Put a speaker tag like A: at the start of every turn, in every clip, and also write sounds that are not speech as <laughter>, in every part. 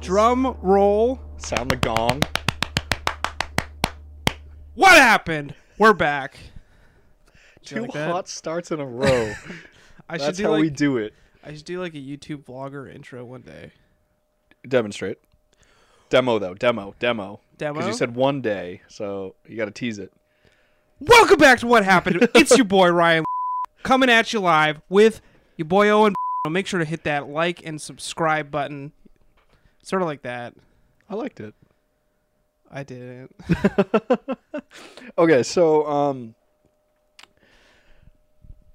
A: drum roll.
B: Sound the gong.
A: What happened? We're back.
B: Two
A: like that?
B: hot starts in a row.
A: I <laughs> should
B: That's
A: do
B: how
A: like
B: we do it.
A: I should do like a YouTube vlogger intro one
B: <laughs>
A: day.
B: Demonstrate. Demo though. Demo. Demo.
A: Demo?
B: Because you said one day, so you got to tease it.
A: Welcome back to What Happened. It's your boy Ryan <laughs> coming at you live with your boy Owen. <laughs> Make sure to hit that like and subscribe button. Sort of like that.
B: I liked it.
A: I didn't. <laughs>
B: Okay, so um,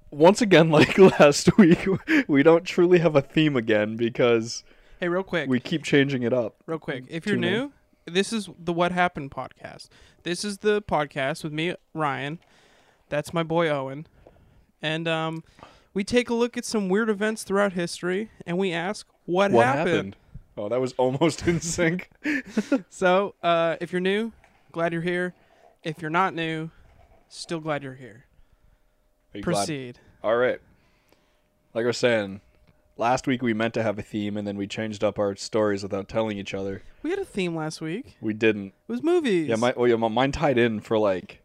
B: once again, <laughs> like last week, <laughs> we don't truly have a theme again because
A: Hey, real quick.
B: we keep changing it up.
A: real quick. If you're
B: Tune in.
A: new, this is the What Happened podcast. This is the podcast with me, Ryan. That's my boy Owen. And um we take a look at some weird events throughout history and we ask what, happened?
B: Oh, that was almost <laughs> in sync.
A: So, uh if you're new, glad you're here. If you're not new, still glad you're here.
B: Are you glad?
A: Proceed.
B: All right. Like I was saying, last week we meant to have a theme and then we changed up our stories without telling each other.
A: We had a theme last week. It
B: We didn't.
A: was movies.
B: Yeah, my, well, yeah, my- mine tied in for like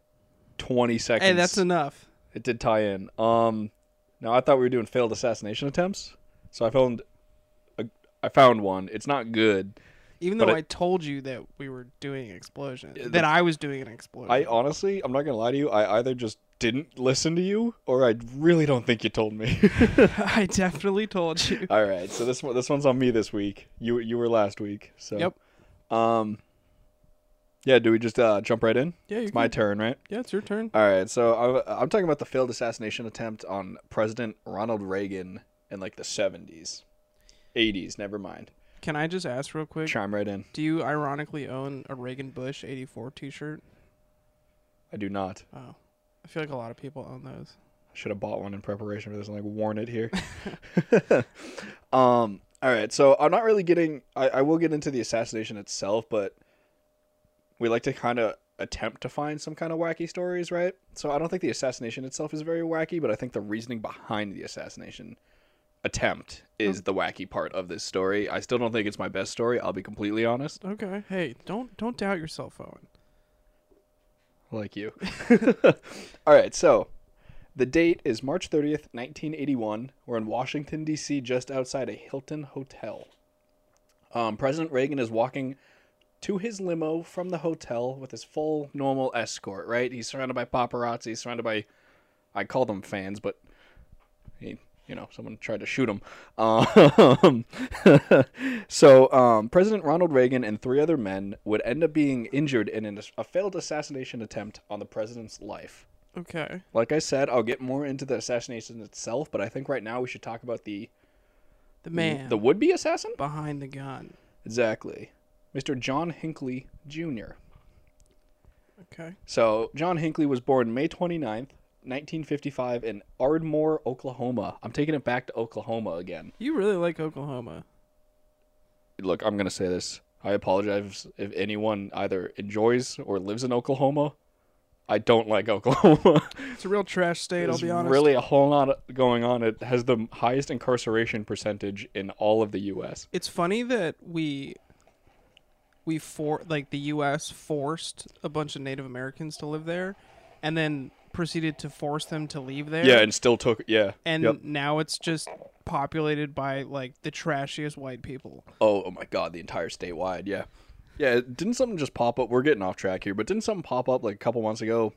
B: 20 seconds.
A: Hey, that's enough.
B: It did tie in. Um, now I thought we were doing failed assassination attempts, so I found, a, I found one. It's not good.
A: Even
B: But
A: though
B: I-
A: I told you that we were doing an explosion,
B: the-
A: that I was doing an explosion.
B: I honestly, I'm not gonna lie to you. I either just didn't listen to you, or I really don't think you told me.
A: <laughs>
B: <laughs>
A: I definitely told you.
B: All right, so this one, this one's on me this week. You you were last week, so
A: Yep.
B: Um, yeah. Do we just uh, jump right in?
A: Yeah, you
B: It's my
A: can-
B: turn, right?
A: Yeah, it's your turn.
B: All right. So I'm, I'm talking about the failed assassination attempt on President Ronald Reagan in like the 70s, 80s. Never mind.
A: Can I just ask real quick?
B: Chime right in.
A: Do you ironically own a Reagan Bush 84 t shirt?
B: I do not.
A: Oh. I feel like a lot of people own those.
B: I should have bought one in preparation for this and like worn it here. <laughs> um. All right. So I'm not really getting. I, I will get into the assassination itself, but we like to kind of attempt to find some kind of wacky stories, right? So I don't think the assassination itself is very wacky, but I think the reasoning behind the assassination attempt is the wacky part of this story. I still don't think it's my best story. I'll be completely honest.
A: Okay. Hey, don't don't doubt yourself, Owen.
B: Like you. All right, so the date is March 30th, 1981. We're in Washington, D.C., just outside a Hilton hotel. Um, President Reagan is walking to his limo from the hotel with his full normal escort, right? He's surrounded by paparazzi, he's surrounded by, I call them fans, but he, you know, someone tried to shoot him. Um, <laughs> so, um, President Ronald Reagan and three other men would end up being injured in an, a failed assassination attempt on the president's life.
A: Okay.
B: Like I said, I'll get more into the assassination itself, but I think right now we should talk about the
A: The man
B: Mm-hmm. the would-be assassin.
A: behind the gun.
B: Exactly, Mr. John Hinckley Jr.
A: Okay.
B: So John Hinckley was born May 29th, 1955, in Ardmore, Oklahoma. I'm taking it back to Oklahoma again.
A: You really like Oklahoma.
B: Look, I'm gonna say this. I apologize if anyone either enjoys or lives in Oklahoma. I don't like <laughs> Oklahoma.
A: It's a real trash state, I'll
B: There's
A: be honest.
B: really a whole lot going on. It has the highest incarceration percentage in all of the U.S.
A: It's funny that we we for like the US forced a bunch of Native Americans to live there and then proceeded to force them to leave there.
B: Yeah, and still took yeah.
A: and
B: yep.
A: now it's just populated by like the trashiest white people.
B: oh, oh my god, the entire statewide, yeah, yeah. Didn't something just pop up? We're getting off track here, but didn't something pop up like a couple months ago,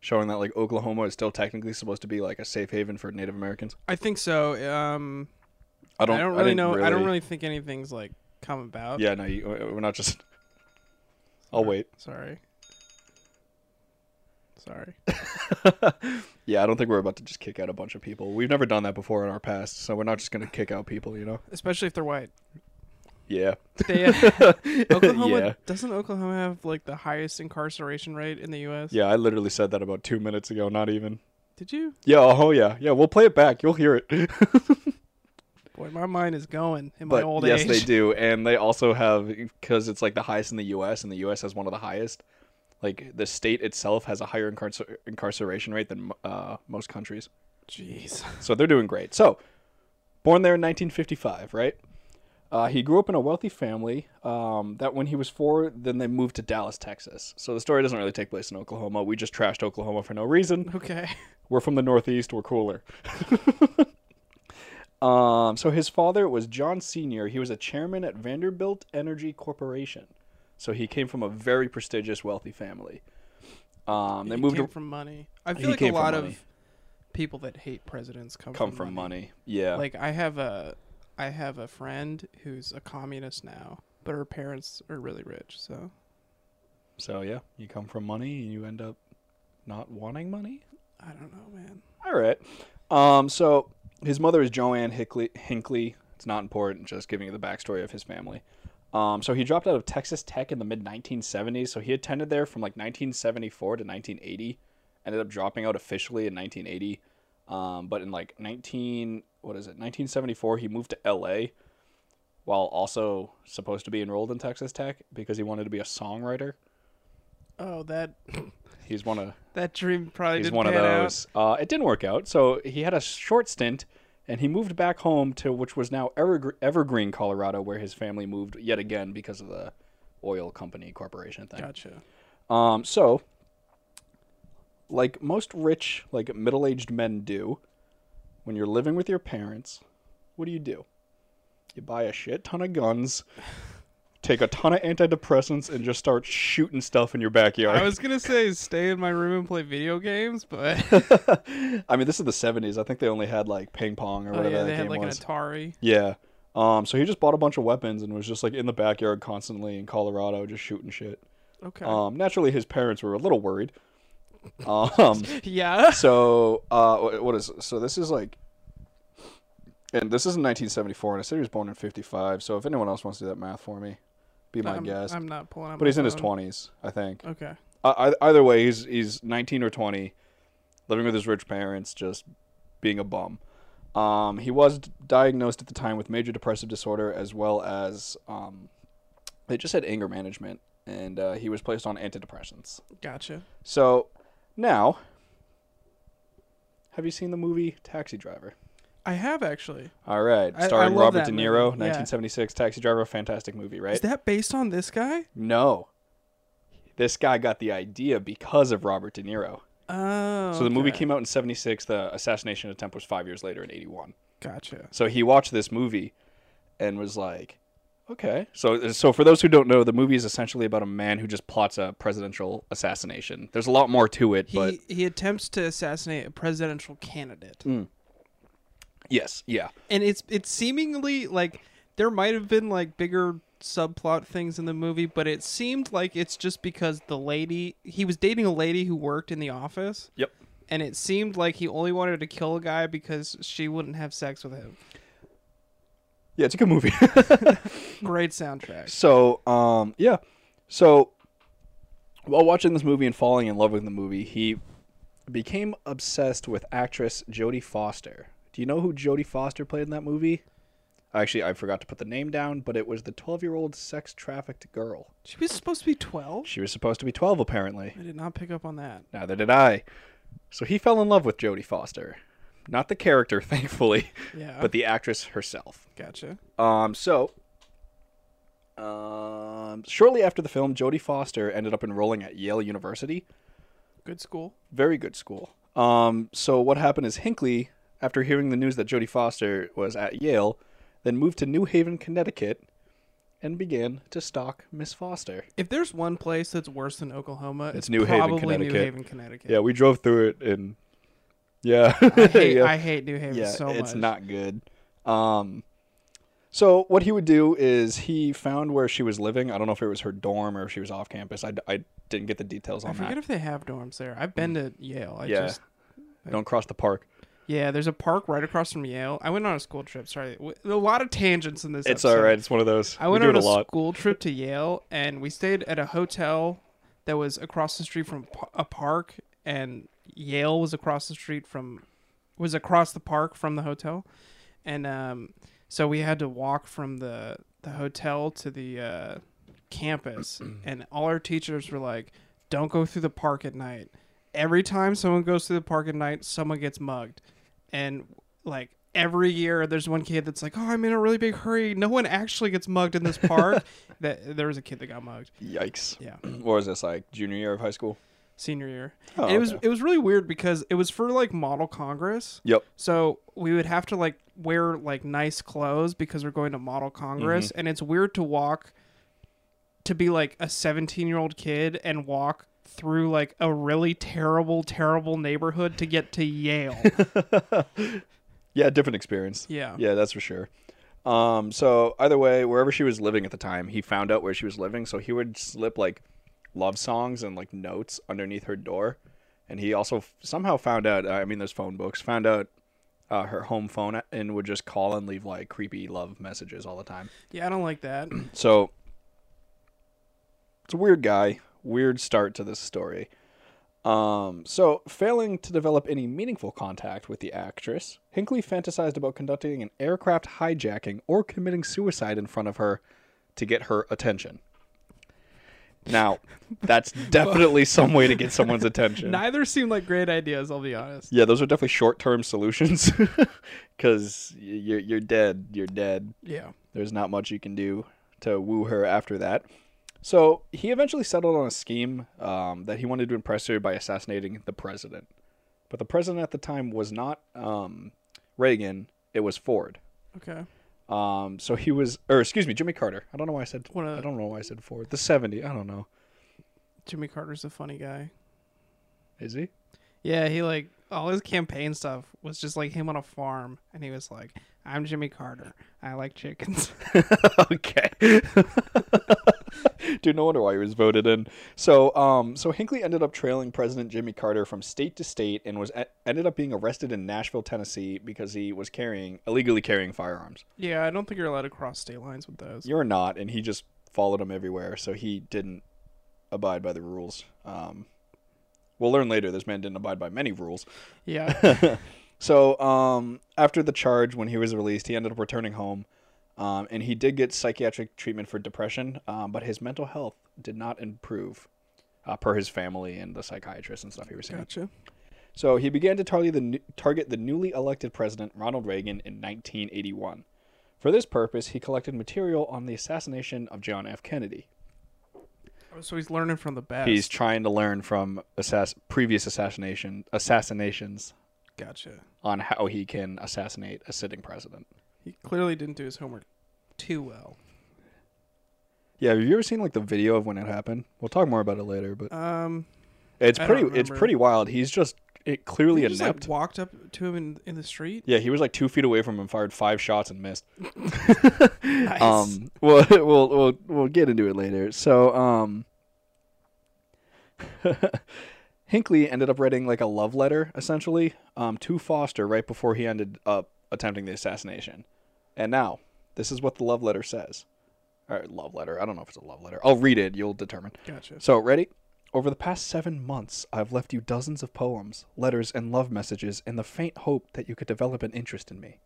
B: showing that like Oklahoma is still technically supposed to be like a safe haven for Native Americans?
A: I think so. Um,
B: I don't.
A: I don't really
B: didn't
A: know. I don't really think anything's like come about.
B: Yeah, no, you, we're not just. <laughs> I'll wait.
A: Sorry.
B: <laughs>
A: Sorry.
B: Yeah, I don't think we're about to just kick out a bunch of people. We've never done that before in our past, so we're not just gonna kick out people, you know?
A: Especially if they're white.
B: Yeah. <laughs>
A: They, <laughs> Oklahoma
B: Yeah.
A: doesn't Oklahoma have like the highest incarceration rate in the U.S.
B: Yeah, I literally said that about two minutes ago. Not even.
A: Did you?
B: Yeah. Oh, yeah. Yeah. We'll play it back. You'll hear it. <laughs>
A: Boy, my mind is going in my
B: but
A: old
B: yes,
A: age.
B: they do, and they also have because it's like the highest in the U.S. and the U.S. has one of the highest. Like the state itself has a higher incarcer- incarceration rate than uh, most countries,
A: Jeez. <laughs>
B: so they're doing great. So, born there in 1955, right? Uh, he grew up in a wealthy family. Um, that when he was four, then they moved to Dallas, Texas. So the story doesn't really take place in Oklahoma. We just trashed Oklahoma for no reason.
A: Okay.
B: We're from the Northeast. We're cooler. <laughs> um, so his father was John Sr. He was a chairman at Vanderbilt Energy Corporation. So he came from a very prestigious, wealthy family. Um, they
A: He
B: moved
A: came
B: to
A: from money. I
B: He
A: feel like a
B: came from
A: lot
B: money.
A: of people that hate presidents come
B: come
A: from,
B: from money. Yeah.
A: Like I have a I have a friend who's a communist now, but her parents are really rich, so
B: so yeah, you come from money and you end up not wanting money.
A: I don't know, man.
B: All right. Um, so his mother is Joanne Hickley, Hinckley. It's not important, just giving you the backstory of his family. Um, so he dropped out of Texas Tech in the mid 1970s. So he attended there from like 1974 to 1980. Ended up dropping out officially in 1980. Um, but in like 19, what is it, 1974, he moved to LA while also supposed to be enrolled in Texas Tech because he wanted to be a songwriter.
A: Oh, that
B: He's one of
A: that dream probably
B: He's
A: didn't
B: one of
A: pan out.
B: those. Uh, it didn't work out. So he had a short stint, and he moved back home to which was now Evergre- Evergreen, Colorado, where his family moved yet again because of the oil company corporation thing.
A: Gotcha.
B: Um, so, like most rich, like middle-aged men do, when you're living with your parents, what do you do? You buy a shit ton of guns. Take a ton of antidepressants and just start shooting stuff in your backyard.
A: I was gonna say stay in my room and play video games, but <laughs>
B: I mean, this is the '70s. I think they only had like ping pong or <laughs>
A: oh,
B: whatever
A: yeah,
B: that
A: they
B: game
A: had like
B: was.
A: an Atari.
B: yeah. Um. So he just bought a bunch of weapons and was just like in the backyard constantly in Colorado, just shooting shit.
A: Okay.
B: Um. Naturally, his parents were a little worried. Um.
A: <laughs>
B: <laughs>
A: yeah.
B: so uh, wh- what is so? This is like, and this is in 1974, and I said he was born in '55. So if anyone else wants to do that math for me, be my
A: I'm,
B: guest.
A: I'm not pulling up.
B: but
A: my
B: he's in his
A: phone.
B: 20s, I think.
A: Okay.
B: I, I- either way, he's he's 19 or 20, living with his rich parents, just being a bum. Um, he was d- diagnosed at the time with major depressive disorder, as well as um, they just had anger management, and uh, he was placed on antidepressants.
A: Gotcha.
B: So now, have you seen the movie Taxi Driver?
A: I have actually.
B: All right,
A: I- I
B: starring
A: love
B: Robert
A: that
B: De
A: movie,
B: Niro,
A: yeah.
B: 1976 Taxi Driver, fantastic movie, right?
A: Is that based on this guy?
B: no, this guy got the idea because of Robert De Niro.
A: Oh.
B: So the movie
A: okay.
B: came out in 76. The assassination attempt was five years later in 81.
A: Gotcha.
B: So he watched this movie and was like, okay. So, so for those who don't know, the movie is essentially about a man who just plots a presidential assassination. There's a lot more to it,
A: He
B: but
A: he attempts to assassinate a presidential candidate,
B: yes, yeah.
A: and it's it's seemingly like there might have been like bigger subplot things in the movie, but it seemed like it's just because the lady he was dating a lady who worked in the office,
B: Yep.
A: and it seemed like he only wanted to kill a guy because she wouldn't have sex with him.
B: Yeah, it's a good movie. <laughs>
A: Great soundtrack.
B: So, um, yeah. So, while watching this movie and falling in love with the movie, he became obsessed with actress Jodie Foster. Do you know who Jodie Foster played in that movie? Actually, I forgot to put the name down, but it was the 12 year old sex trafficked girl.
A: She was supposed to be twelve.
B: She was supposed to be 12, apparently.
A: I did not pick up on that.
B: Neither did I. So he fell in love with Jodie Foster. Not the character, <laughs> thankfully,
A: Yeah.
B: but the actress herself.
A: gotcha.
B: Um, so, um, shortly after the film, Jodie Foster ended up enrolling at Yale University,
A: Good school.
B: very good school. Um, so what happened is Hinckley, after hearing the news that Jodie Foster was at Yale, then moved to New Haven, Connecticut, and began to stalk Miss Foster.
A: If there's one place that's worse than Oklahoma, it's,
B: New Haven,
A: probably New
B: Connecticut.
A: Haven, Connecticut.
B: we drove through it, and <laughs> yeah,
A: I hate, I hate New Haven
B: yeah,
A: so much.
B: it's not good. Um, so what he would do is he found where she was living. I don't know if it was her dorm or if she was off campus. I, I didn't get the details
A: I
B: on
A: forget
B: that. Mm.
A: if they have dorms there. I've been to Yale. I
B: yeah,
A: just
B: don't cross the park.
A: yeah. There's a park right across from Yale. I went on a school trip. Sorry, W- a lot of tangents in this.
B: It's
A: episode.
B: all right. It's one of those.
A: I went
B: we do
A: on
B: it
A: a,
B: a lot.
A: school trip to Yale, and we stayed at a hotel that was across the street from p- a park, and Yale was across the street from was across the park from the hotel, and um, so we had to walk from the the hotel to the uh,
B: <clears throat>
A: campus, and all our teachers were like, "Don't go through the park at night." Every time someone goes through the park at night, someone gets mugged, and like every year there's one kid that's like, "Oh, I'm in a really big hurry." No one actually gets mugged in
B: <laughs>
A: this park. that there was a kid that got mugged.
B: Yikes.
A: Yeah.
B: <clears throat> What was this like? Junior year of high school.
A: Senior year.
B: Oh,
A: and it was
B: okay.
A: it was really weird because it was for like model congress.
B: Yep.
A: So we would have to like wear like nice clothes because we're going to model congress
B: Mm-hmm.
A: and it's weird to walk to be like a 17-year-old kid and walk through like a really terrible terrible neighborhood to get
B: <laughs>
A: to Yale.
B: Yeah, different experience.
A: Yeah.
B: Yeah, that's for sure. Um, so either way, wherever she was living at the time, he found out where she was living, so he would slip like love songs and like notes underneath her door. And he also f- somehow found out, I mean, there's phone books, found out uh, her home phone and would just call and leave like creepy love messages all the time.
A: yeah, I don't like that.
B: So it's a weird guy, weird start to this story. Um, so failing to develop any meaningful contact with the actress, Hinckley fantasized about conducting an aircraft hijacking or committing suicide in front of her to get her attention. Now, that's definitely some way to get someone's attention.
A: <laughs> Neither seemed like great ideas, I'll be honest.
B: yeah, those are definitely short-term solutions <laughs> because you're you're dead. You're dead
A: Yeah.
B: there's not much you can do to woo her after that. So he eventually settled on a scheme um, that he wanted to impress her by assassinating the president. But the president at the time was not um, Reagan; it was Ford.
A: Okay.
B: Um, so he was, or excuse me, Jimmy Carter. I don't know why I said.
A: What a-
B: I don't know why I said Ford. The seventy. I don't know.
A: Jimmy Carter's a funny guy.
B: Is he?
A: Yeah, he like all his campaign stuff was just like him on a farm, and he was like, "I'm Jimmy Carter. I like chickens." <laughs>
B: <laughs> okay. Dude, no wonder why he was voted in. So, um, so Hinckley ended up trailing President Jimmy Carter from state to state and was e, ended up being arrested in Nashville, Tennessee, because he was carrying illegally carrying firearms.
A: yeah, I don't think you're allowed to cross state lines with those.
B: You're not, and he just followed him everywhere. So he didn't abide by the rules. Um, we'll learn later. This man didn't abide by many rules.
A: <laughs> Yeah,
B: <laughs> So, um, after the charge, when he was released, he ended up returning home, um, and he did get psychiatric treatment for depression, um, but his mental health did not improve, uh, per his family and the psychiatrist and stuff he was seeing.
A: gotcha.
B: So he began to target the new- target the newly elected president Ronald Reagan in 1981. For this purpose, he collected material on the assassination of John F. Kennedy.
A: Oh, So he's learning from the best.
B: He's trying to learn from assass- previous assassination assassinations
A: gotcha.
B: on how he can assassinate a sitting president.
A: He clearly didn't do his homework too well.
B: Yeah, have you ever seen like the video of when it happened? We'll talk more about it later, but
A: Um,
B: it's
A: I don't
B: pretty it's
A: remember.
B: pretty wild. He's just it clearly
A: he
B: inept.
A: just like walked up to him in, in the street.
B: yeah, he was like two feet away from him, fired five shots and missed.
A: <laughs> Nice.
B: Um, well, <laughs> we'll we'll we'll get into it later. So, um, <laughs> Hinckley ended up writing like a love letter essentially um, to Foster right before he ended up attempting the assassination. And now, this is what the love letter says. All right, love letter. I don't know if it's a love letter. I'll read it. You'll determine.
A: gotcha.
B: So, ready? Over the past seven months, I've left you dozens of poems, letters, and love messages in the faint hope that you could develop an interest in me.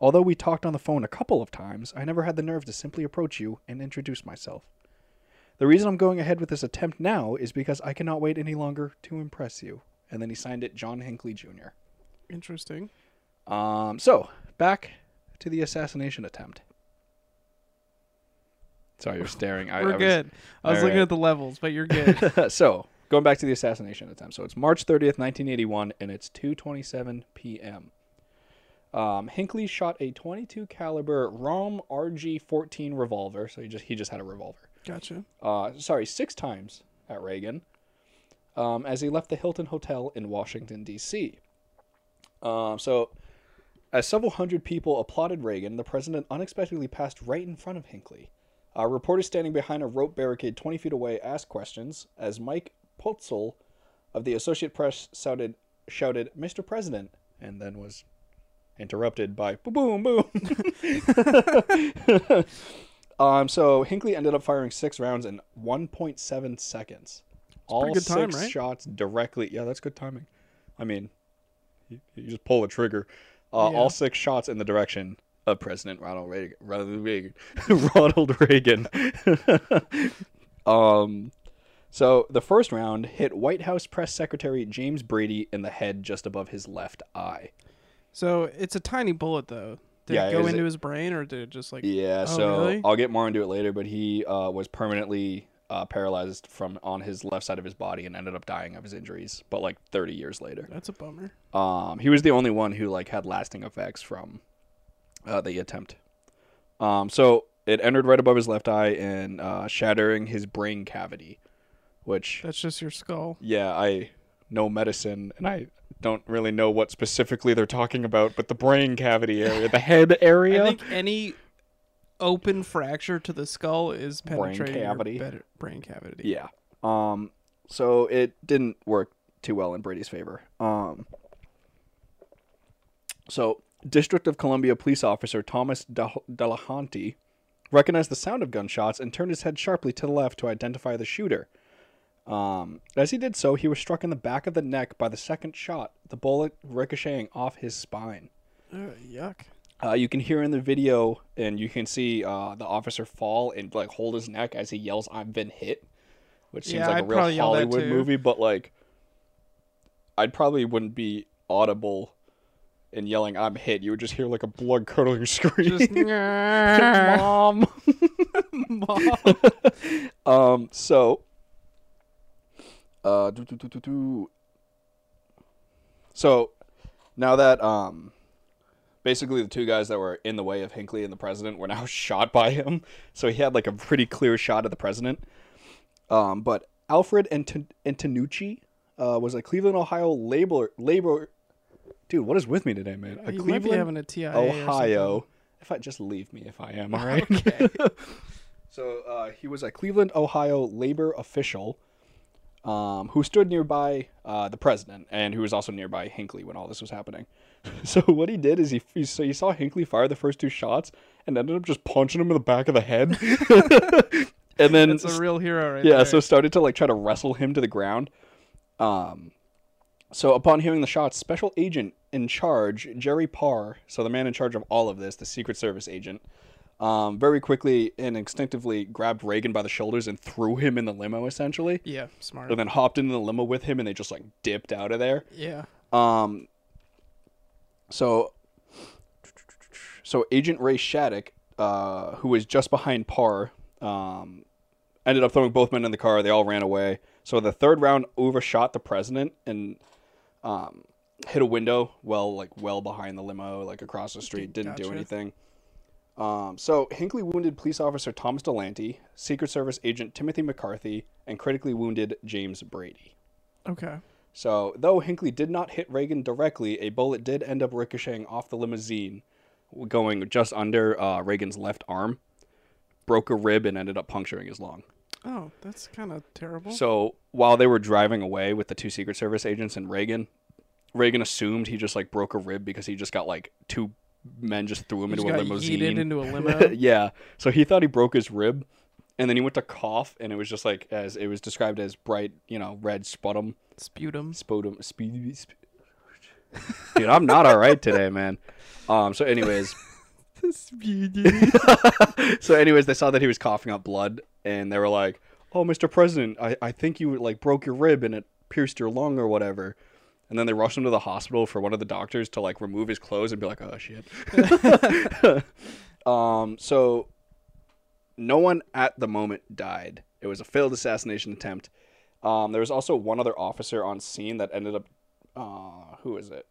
B: Although we talked on the phone a couple of times, I never had the nerve to simply approach you and introduce myself. The reason I'm going ahead with this attempt now is because I cannot wait any longer to impress you. And then he signed it John Hinckley Jr.
A: Interesting.
B: Um, so, back to the assassination attempt. Sorry, you're staring. I,
A: We're
B: I was-
A: good. I was
B: All
A: looking
B: right.
A: at the levels, but you're
B: <laughs>
A: good.
B: so going back to the assassination attempt so it's march 30th 1981 and it's 2.27 p.m um, hinckley shot a 22 caliber rom rg14 revolver so he just he just had a revolver
A: <laughs> gotcha.
B: uh, sorry six times at reagan um, as he left the hilton hotel in washington d.c um, so as several hundred people applauded reagan the president unexpectedly passed right in front of hinckley uh, reporters standing behind a rope barricade 20 feet away asked questions as Mike Putzel of the Associate Press shouted, shouted Mr. President, and then was interrupted by boom, boom, <laughs> boom. um, so Hinckley ended up firing six rounds in 1.7 seconds. All
A: good time,
B: six
A: right?
B: shots directly. Yeah, that's good timing. I mean, you, you just pull the trigger. Uh,
A: Yeah.
B: All six shots in the direction of President Ronald Reagan. Ronald Reagan. <laughs> Ronald Reagan. <laughs> um, so the first round hit White House Press Secretary James Brady in the head just above his left eye.
A: So it's a tiny bullet though. Did
B: Yeah,
A: it
B: it
A: go
B: was-
A: into his brain or did it just like
B: Yeah,
A: Oh,
B: so
A: really?
B: I'll get more into it later, but he uh, was permanently uh, paralyzed from on his left side of his body and ended up dying of his injuries, but like 30 years later.
A: that's a bummer.
B: Um, he was the only one who like had lasting effects from uh, the attempt. Um, so it entered right above his left eye and uh, shattering his brain cavity, which
A: That's just your skull.
B: yeah, I know medicine and I don't really know what specifically they're talking about, but the brain cavity area, the head area.
A: <laughs> I think any open fracture to the skull is penetrating your
B: cavity.
A: bed- brain cavity.
B: Yeah. Um. So it didn't work too well in Brady's favor. Um. So District of Columbia police officer Thomas Del- Delahanty recognized the sound of gunshots and turned his head sharply to the left to identify the shooter. Um, as he did so, he was struck in the back of the neck by the second shot, the bullet ricocheting off his spine.
A: Ugh,
B: <laughs>
A: yuck.
B: Uh, you can hear in the video, and you can see uh, the officer fall and like hold his neck as he yells, "I've been hit," which seems
A: Yeah,
B: like a
A: I'd probably
B: real
A: yell that
B: Hollywood
A: too.
B: movie. But like, I'd probably wouldn't be audible in yelling, "I'm hit." You would just hear like a blood curdling <laughs> scream.
A: <laughs> Just <laughs>
B: Mom. <laughs> um. So. Uh. do, do, do, do, do. So, now that um, basically the two guys that were in the way of Hinckley and the president were now <laughs> shot by him, so he had like a pretty clear shot of the president. Um. But Alfred Anton- Antonucci, uh, was a Cleveland, Ohio labor labor. Dude, what is with me today, man? A
A: you might be
B: Cleveland,
A: having a TIA or something.
B: Ohio. If I just leave me, if I
A: <laughs>
B: am, all right. <laughs> so uh, he was a Cleveland, Ohio labor official um, who stood nearby uh, the president and who was also nearby Hinckley when all this was happening. <laughs> So what he did is he, he so he saw Hinckley fire the first two shots and ended up just punching him in the back of the
A: <laughs>
B: head, <laughs> and then
A: That's a real hero right
B: yeah,
A: there.
B: so started to like try to wrestle him to the ground. Um, so upon hearing the shots, special agent in charge Jerry Parr, so the man in charge of all of this, the Secret Service agent, um, very quickly and instinctively grabbed Reagan by the shoulders and threw him in the limo, essentially,
A: yeah, smart.
B: and then hopped into the limo with him, and they just like dipped out of there.
A: Yeah.
B: Um, so, so Agent Ray Shattuck, uh, who was just behind Parr, um, ended up throwing both men in the car. They all ran away. So the third round overshot the president and um, hit a window well, like well behind the limo, like across the street. Didn't do
A: Gotcha.
B: anything. Um, so Hinckley wounded police officer Thomas Delante, Secret Service agent Timothy McCarthy, and critically wounded James Brady.
A: Okay.
B: So, though Hinckley did not hit Reagan directly, a bullet did end up ricocheting off the limousine, going just under uh, Reagan's left arm, broke a rib, and ended up puncturing his lung.
A: Oh, that's kind of terrible.
B: So, while they were driving away with the two Secret Service agents and Reagan, Reagan assumed he just like broke a rib because he just got like two men just threw him
A: He just
B: into a
A: got
B: limousine. <laughs>
A: yeeted into a limo.
B: yeah. So he thought he broke his rib, and then he went to cough, and it was just like as it was described as bright, you know, red sputum <laughs>
A: Sputum.
B: sputum speed dude i'm not all right today man um so anyways
A: Sputum.
B: so anyways they saw that he was coughing up blood and they were like oh mr president i, I think you like broke your rib and it pierced your lung or whatever and then they rushed him to the hospital for one of the doctors to like remove his clothes and be like oh shit <laughs> um so no one at the moment died it was a failed assassination attempt um there was also one other officer on scene that ended up uh who is it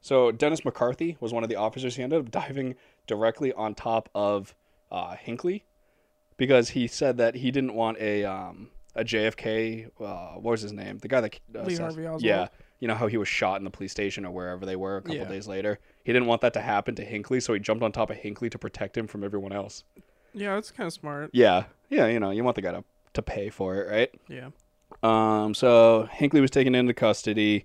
B: so Dennis McCarthy was one of the officers. He ended up <laughs> diving directly on top of uh, Hinckley because he said that he didn't want a um, a JFK. Uh, what was his name? The guy that uh,
A: Lee
B: assass-
A: Harvey Oswald.
B: Yeah, you know how he was shot in the police station or wherever they were a couple
A: Yeah.
B: days later. He didn't want that to happen to Hinckley, so he jumped on top of Hinckley to protect him from everyone else.
A: yeah, that's kind of smart.
B: Yeah, yeah, you know, you want the guy to to pay for it, right?
A: Yeah.
B: Um, so Hinckley was taken into custody.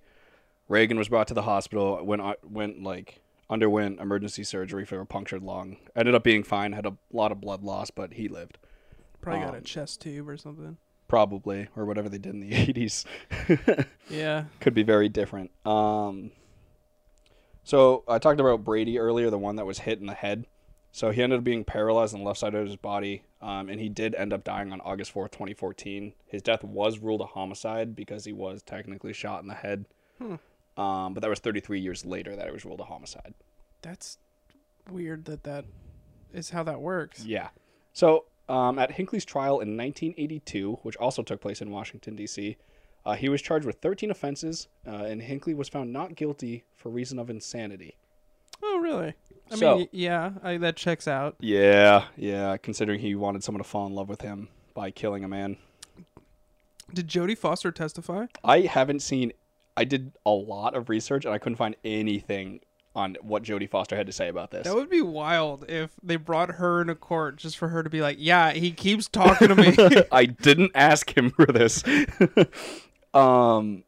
B: Reagan was brought to the hospital. Went went like underwent emergency surgery for a punctured lung. Ended up being fine. Had a lot of blood loss, but he lived
A: Probably got a
B: Um,
A: chest tube or something.
B: probably or whatever they did in the <laughs> eighties.
A: Yeah.
B: Could be very different. Um, so I talked about Brady earlier, the one that was hit in the head. So he ended up being paralyzed on the left side of his body, um, and he did end up dying on August fourth, 2014. His death was ruled a homicide because he was technically shot in the head. Um, but that was 33 years later that it was ruled a homicide.
A: That's weird that that is how that works.
B: Yeah. So um, at Hinckley's trial in 1982, which also took place in Washington, D.C., uh, he was charged with 13 offenses, uh, and Hinckley was found not guilty for reason of insanity.
A: Oh, really? I
B: So-
A: mean, y- yeah, I, that checks out.
B: Yeah, yeah, considering he wanted someone to fall in love with him by killing a man.
A: Did Jodie Foster testify?
B: I haven't seen. I did a lot of research and I couldn't find anything on what Jodie Foster had to say about this.
A: That would be wild if they brought her into court just for her to be like, "Yeah, he keeps talking
B: <laughs>
A: to me."
B: I didn't ask him for this. <laughs> um,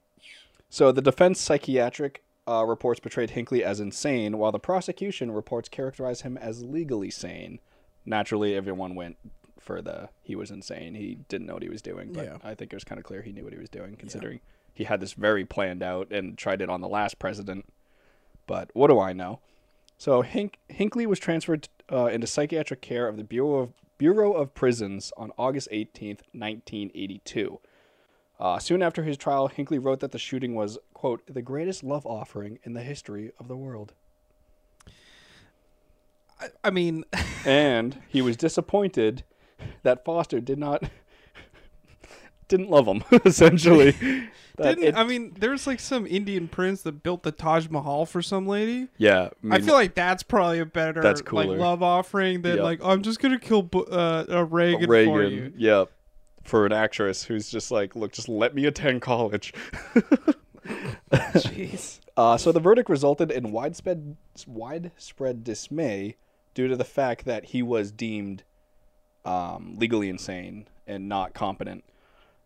B: so the defense psychiatric uh, reports portrayed Hinckley as insane, while the prosecution reports characterize him as legally sane. Naturally, everyone went for the he was insane. He didn't know what he was doing, but
A: Yeah.
B: I think it was kind of clear he knew what he was doing, considering he had this very planned out and tried it on the last president. But what do I know? So Hink- Hinckley was transferred uh, into psychiatric care of the Bureau of Bureau of Prisons on August 18th, 1982. Uh, soon after his trial, Hinckley wrote that the shooting was quote the greatest love offering in the history of the world,
A: I, I mean,
B: and he was disappointed that Foster did not <laughs> didn't love him <laughs>
A: <laughs>
B: essentially. That
A: didn't
B: it-
A: I mean there's like some Indian prince that built the Taj Mahal for some lady.
B: yeah,
A: I
B: mean-
A: feel like that's probably a better
B: That's
A: like
B: cooler.
A: love offering than
B: Yep.
A: like I'm just gonna kill Bu- uh, uh, Reagan,
B: <laughs>
A: for you.
B: yeah, for an actress who's just like, look, just let me attend college. <laughs>
A: Jeez.
B: Uh, so the verdict resulted in widespread widespread dismay due to the fact that he was deemed um, legally insane and not competent.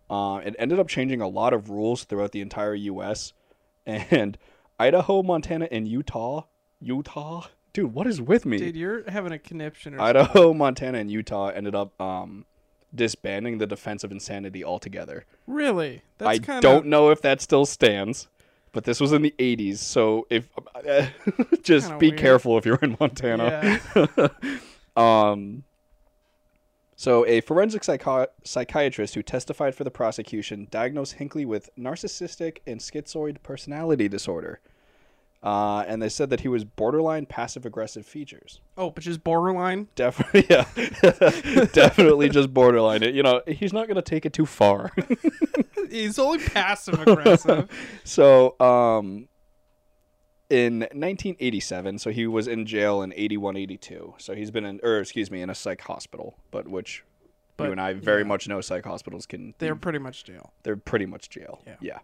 B: Uh, it ended up changing a lot of rules throughout the entire U.S. <laughs> and Idaho, Montana, and Utah. Utah, dude, what is with me?
A: Dude, you're having a conniption. Or
B: Idaho, Montana, and Utah ended up um, disbanding the defense of insanity altogether.
A: Really? That's
B: I
A: kind
B: don't know if that still stands, but this was in the 80s, so if <laughs> just
A: Kinda
B: be
A: weird.
B: careful if you're in Montana. <laughs> um so a forensic psycho- psychiatrist who testified for the prosecution diagnosed Hinckley with narcissistic and schizoid personality disorder. Uh, and they said that he was borderline passive aggressive features.
A: Oh, but just borderline.
B: Definitely, <laughs> yeah, definitely just borderline. It, you know, he's not gonna take it too far. <laughs>
A: He's <laughs> only passive aggressive.
B: So, um, in 1987, so he was in jail in 81, 82. So he's been in, or excuse me, in a psych hospital, but which
A: But,
B: you and I very much know psych hospitals can,
A: They're
B: they're,
A: pretty much jail.
B: they're pretty much jail.
A: Yeah.
B: yeah.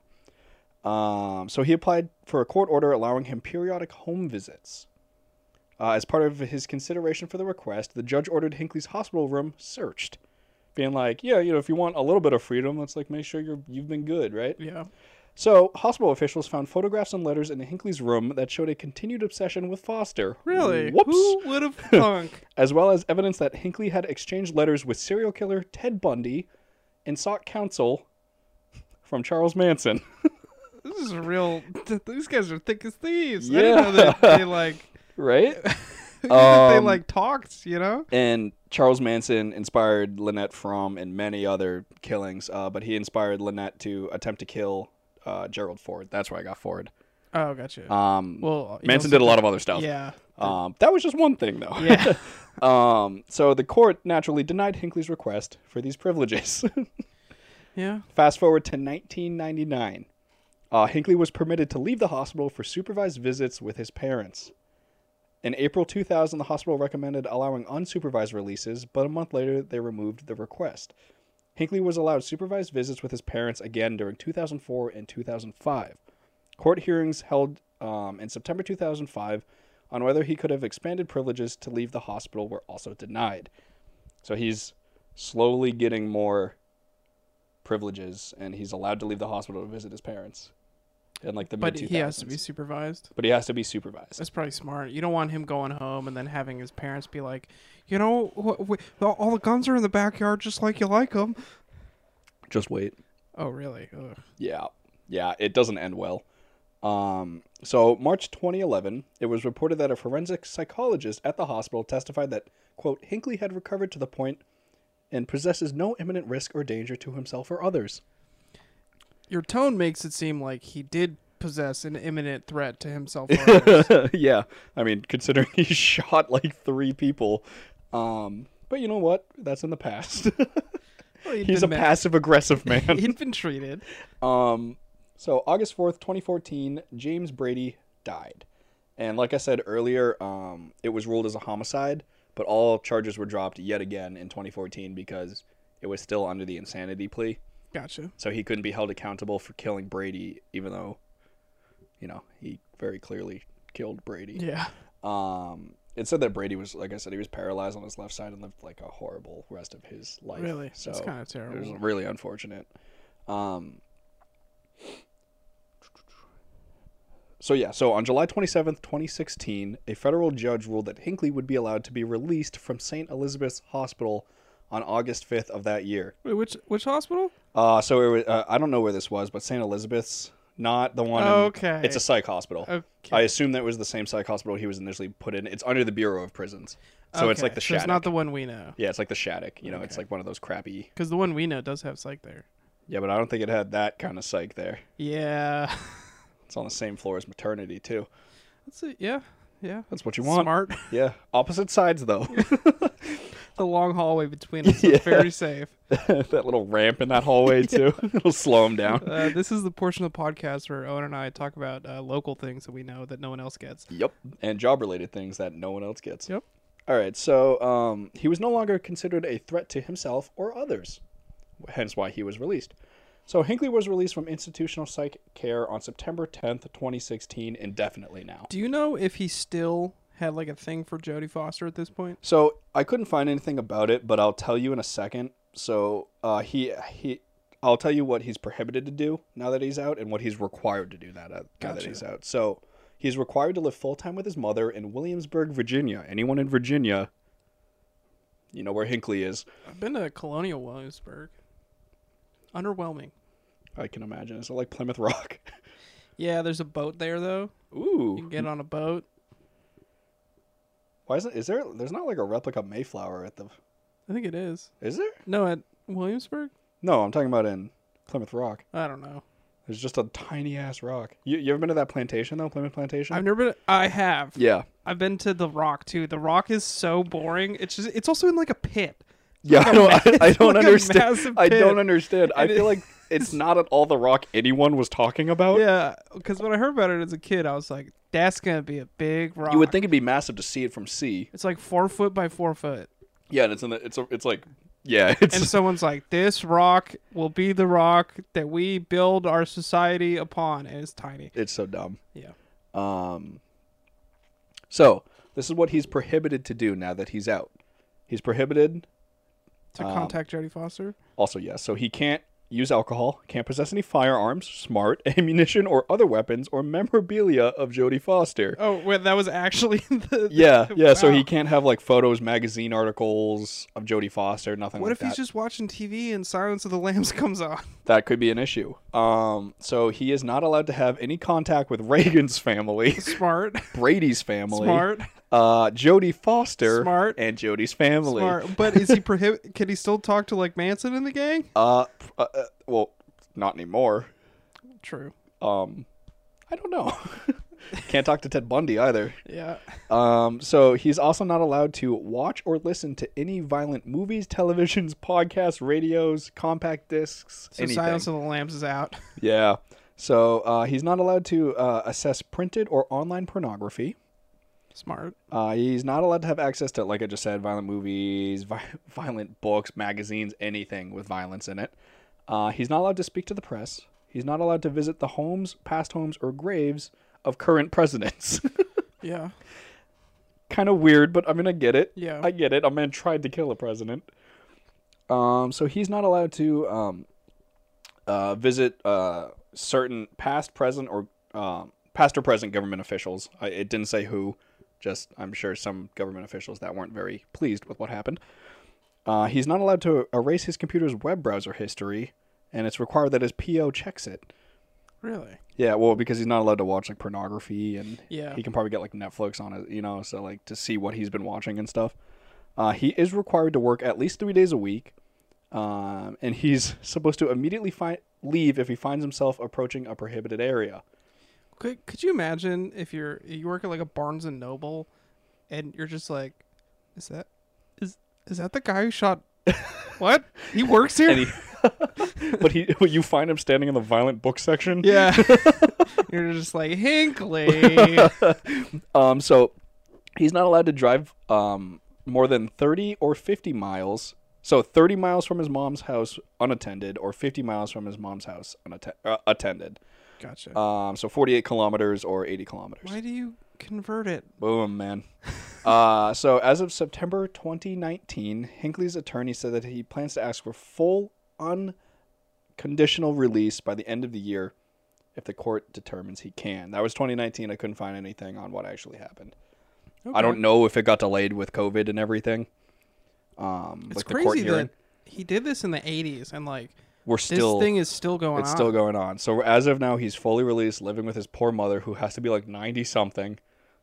B: Um, so he applied for a court order allowing him periodic home visits. Uh, as part of his consideration for the request, the judge ordered Hinckley's hospital room searched, being like, "Yeah, you know, if you want a little bit of freedom, let's like make sure you're you've been good, right?"
A: Yeah.
B: So, hospital officials found photographs and letters in Hinckley's room that showed a continued obsession with Foster.
A: Really?
B: Whoops.
A: Who would <laughs> have thunk?
B: As well as evidence that Hinckley had exchanged letters with serial killer Ted Bundy and sought counsel from Charles Manson. <laughs>
A: This is a real. th- These guys are thick as thieves. I
B: Yeah.
A: didn't know that they like. <laughs>
B: right?
A: that they
B: Um,
A: like talked. You know.
B: And Charles Manson inspired Lynette Fromm and many other killings, uh, but he inspired Lynette to attempt to kill uh, Gerald Ford. That's where I got Ford.
A: Oh, gotcha.
B: Um,
A: well, you
B: Manson
A: know,
B: did a lot of other stuff.
A: Yeah.
B: Um, that was just one thing, though.
A: Yeah.
B: <laughs> um, so the court naturally denied Hinckley's request for these privileges. <laughs>
A: Yeah.
B: Fast forward to 1999. Uh, Hinckley was permitted to leave the hospital for supervised visits with his parents. In April 2000, the hospital recommended allowing unsupervised releases, but a month later, they removed the request. Hinckley was allowed supervised visits with his parents again during 2004 and 2005. Court hearings held um, in September 2005 on whether he could have expanded privileges to leave the hospital were also denied. So he's slowly getting more privileges, and he's allowed to leave the hospital to visit his parents. In like the
A: But
B: mid
A: he has to be supervised.
B: But he has to be supervised.
A: That's probably smart. You don't want him going home and then having his parents be like, you know, wh- wh- all the guns are in the backyard just like you like them.
B: Just wait.
A: Oh, really? Ugh.
B: Yeah, yeah, it doesn't end well. Um, so March 2011, it was reported that a forensic psychologist at the hospital testified that quote Hinckley had recovered to the point and possesses no imminent risk or danger to himself or others. <laughs>
A: Your tone makes it seem like he did possess an imminent threat to himself
B: <laughs>
A: or others.
B: yeah, I mean, considering <laughs> he shot like three people, um, but you know what? That's in the past. <laughs>
A: Well, he'd
B: He's a
A: been men-
B: passive aggressive <laughs> man.
A: He'd been treated.
B: um, so August fourth, twenty fourteen, James Brady died, and like I said earlier, um, it was ruled as a homicide, but all charges were dropped yet again in twenty fourteen because it was still under the insanity plea.
A: Gotcha.
B: So he couldn't be held accountable for killing Brady, even though, you know, he very clearly killed Brady.
A: Yeah.
B: Um, it said that Brady was, like I said, he was paralyzed on his left side and lived like a horrible rest of his life.
A: Really?
B: So
A: That's kind of
B: it was
A: terrible.
B: really unfortunate. Um, so yeah, so on July 27th, 2016, a federal judge ruled that Hinckley would be allowed to be released from St. Elizabeth's Hospital on August 5th of that year.
A: Wait, which which hospital?
B: Uh, so it was, uh, I don't know where this was, but St. Elizabeth's, not the one. in-
A: Okay.
B: It's a psych hospital.
A: Okay.
B: I assume that was the same psych hospital he was initially put in. It's under the Bureau of Prisons, so it's like
A: Okay,
B: the
A: so
B: Shattuck.
A: It's not the one we know.
B: yeah, it's like the Shattuck. You know, it's
A: Okay.
B: like one of those crappy.
A: Because the one we know does have psych there.
B: Yeah, but I don't think it had that kind of psych there.
A: Yeah. <laughs>
B: It's on the same floor as maternity too.
A: That's it. Yeah. Yeah.
B: That's what you want.
A: Smart. <laughs>
B: Yeah, opposite sides though. <laughs>
A: the long hallway between us.
B: Yeah.
A: It's very safe.
B: that little ramp in that
A: <laughs>
B: hallway too. <laughs> It'll slow him down.
A: Uh, this is the portion of the podcast where Owen and I talk about uh, local things that we know that no one else gets.
B: Yep. And job related things that no one else gets.
A: Yep.
B: All right, so um, he was no longer considered a threat to himself or others, hence why he was released. So Hinckley was released from institutional psych care on September 10th, 2016, indefinitely now.
A: Do you know if he still had like a thing for Jodie Foster at this point?
B: So I couldn't find anything about it, but I'll tell you in a second. So uh, he he, I'll tell you what he's prohibited to do now that he's out, and what he's required to do that uh, now that
A: Gotcha.
B: he's out. So he's required to live full time with his mother in Williamsburg, Virginia. Anyone in Virginia, you know where Hinckley is.
A: I've been to Colonial Williamsburg. Underwhelming.
B: I can imagine. Is it like Plymouth Rock? <laughs>
A: Yeah, there's a boat there though. You
B: Ooh,
A: can get on a boat.
B: why isn't is there? There's not like a replica Mayflower at the.
A: I think it is.
B: Is there?
A: No, at Williamsburg?
B: No, I'm talking about in Plymouth Rock.
A: I don't know.
B: There's just a tiny ass rock. You, you ever been to that plantation though, Plymouth Plantation?
A: I've never been I have.
B: yeah,
A: I've been to the Rock too. The Rock is so boring. It's just it's also in like a pit.
B: yeah. I don't. I, I
A: it's
B: don't
A: like a
B: understand.
A: massive
B: I don't
A: pit.
B: understand. I
A: And
B: feel
A: it-
B: like it's not at all the rock anyone was talking about.
A: Yeah, because when I heard about it as a kid, I was like, "That's gonna be a big rock."
B: You would think it'd be massive to see it from sea.
A: it's like four foot by four <laughs> foot,
B: Yeah, and it's in the. It's a, It's like. Yeah, <laughs> it's
A: and someone's like, "This rock will be the rock that we build our society upon," and it's tiny.
B: it's so dumb.
A: Yeah,
B: Um, so this is what he's prohibited to do now that he's out. He's prohibited.
A: to
B: Um,
A: contact Jodie Foster.
B: Also, yes. so he can't use alcohol, can't possess any firearms, smart <laughs> ammunition, or other weapons or memorabilia of Jodie Foster.
A: Oh, wait, that was actually <laughs> the.
B: Yeah, yeah. So he
A: Wow.
B: can't have like photos, magazine articles of Jodie Foster, nothing
A: What
B: like
A: if
B: that.
A: he's just watching TV and Silence of the Lambs <laughs> comes on?
B: That could be an issue. Um, so he is not allowed to have any contact with Reagan's family, <laughs>
A: Smart,
B: Brady's family,
A: smart,
B: uh, Jodie Foster,
A: Smart.
B: and Jodie's family.
A: smart. But is he prohibit? Can he still talk to like Manson in the gang?
B: Uh, p- uh, uh, well, not anymore.
A: True.
B: Um, I don't know. <laughs> Can't talk to Ted Bundy either.
A: Yeah.
B: Um, so he's also not allowed to watch or listen to any violent movies, televisions, podcasts, radios, compact discs,
A: So
B: anything.
A: Silence of the Lambs is out. <laughs>
B: Yeah. So uh, he's not allowed to uh, assess printed or online pornography.
A: Smart.
B: Uh, he's not allowed to have access to, like I just said, violent movies, vi- <laughs> violent books, magazines, anything with violence in it. Uh, he's not allowed to speak to the press. He's not allowed to visit the homes, past homes, or graves of current presidents. <laughs>
A: Yeah.
B: kind of weird, but I mean, I get it.
A: Yeah.
B: I get it. A man tried to kill a president. Um, so he's not allowed to um, uh, visit uh, certain past, present, or um past or present government officials. I, it didn't say who. Just I'm sure some government officials that weren't very pleased with what happened. Uh, he's not allowed to erase his computer's web browser history, and it's required that his PO checks it.
A: Really?
B: Yeah, well, because he's not allowed to watch like pornography, and
A: Yeah.
B: he can probably get like Netflix on it, you know, so like to see what he's been watching and stuff. Uh, he is required to work at least three days a week, um, <laughs>
A: <laughs>
B: and he's supposed to immediately find leave if he finds himself approaching a prohibited area.
A: Could, could you imagine if you're you work at like a Barnes and Noble, and you're just like, is that is is that the guy
B: <laughs>
A: who shot? what he works here?
B: And he- but he, <laughs> but you find him standing in the violent book section.
A: yeah,
B: <laughs>
A: you're just like Hinkley.
B: Um, so he's not allowed to drive um more than thirty or fifty miles. So thirty miles from his mom's house unattended, or fifty miles from his mom's house unattended. Uh, attended.
A: gotcha.
B: Um, so forty-eight kilometers or eighty kilometers.
A: Why do you convert it?
B: Boom, man. <laughs> uh, so as of September 2019, Hinckley's attorney said that he plans to ask for full, unconditional release by the end of the year if the court determines he can. That was 2019. I couldn't find anything on what actually happened. I don't know if it got delayed with COVID and everything. Um,
A: It's
B: like the court
A: crazy
B: hearing,
A: that he did this in the '80s, and like
B: we're still
A: this thing is still going
B: it's
A: on.
B: still going on. So as of now, he's fully released, living with his poor mother, who has to be like 90 something,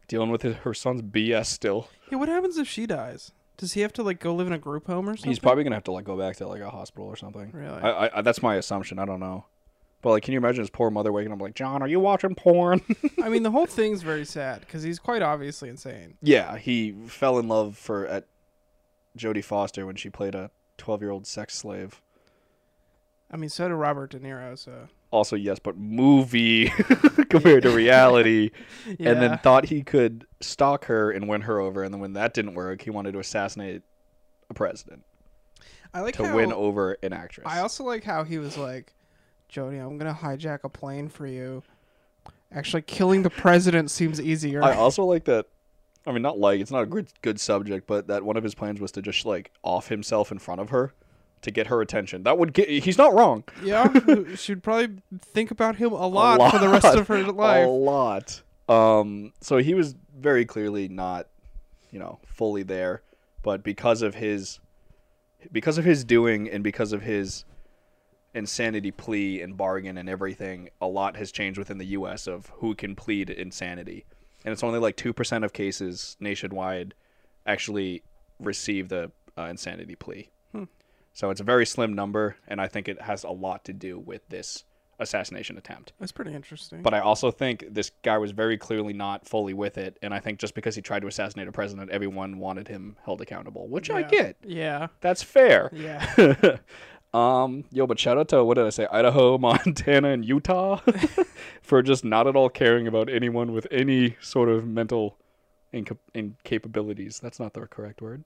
B: dealing with his, her son's BS still.
A: yeah, what happens if she dies? Does he have to like go live in a group home or something?
B: He's probably gonna have to like go back to like a hospital or something.
A: Really?
B: I, I, I that's my assumption. I don't know. But like, can you imagine his poor mother waking up like, John, are you watching porn? <laughs>
A: I mean, the whole thing's very sad because he's quite obviously insane.
B: yeah, he fell in love for at Jodie Foster when she played a twelve-year-old sex slave.
A: I mean, so did Robert De Niro. So
B: Also, yes, but movie <laughs> compared to reality,
A: yeah,
B: and then thought he could stalk her and win her over. And then when that didn't work, he wanted to assassinate a president
A: I like
B: to
A: how,
B: win over an actress.
A: I also like how he was like, Jody, I'm gonna hijack a plane for you. Actually, killing the president seems easier.
B: I also like that. I mean, not like it's not a good good subject, but that one of his plans was to just like off himself in front of her to get her attention. That would get. He's not wrong.
A: yeah, she'd probably think about him a
B: A
A: lot, for the rest of her
B: <laughs> A
A: life.
B: lot. Um. So he was very clearly not, you know, fully there, but because of his, because of his doing and because of his insanity plea and bargain and everything, a lot has changed within the U.S. of who can plead insanity, and it's only like two percent of cases nationwide actually receive the uh, insanity plea.
A: Hmm.
B: So it's a very slim number, and I think it has a lot to do with this assassination attempt.
A: That's pretty interesting.
B: But I also think this guy was very clearly not fully with it, and I think just because he tried to assassinate a president, everyone wanted him held accountable, which I
A: Yeah.
B: get.
A: yeah,
B: That's fair. <laughs>
A: yeah.
B: um, yo, but shout out to what did I say? Idaho, <laughs> Montana, and Utah <laughs> for just not at all caring about anyone with any sort of mental inca- incapabilities. That's not the correct word.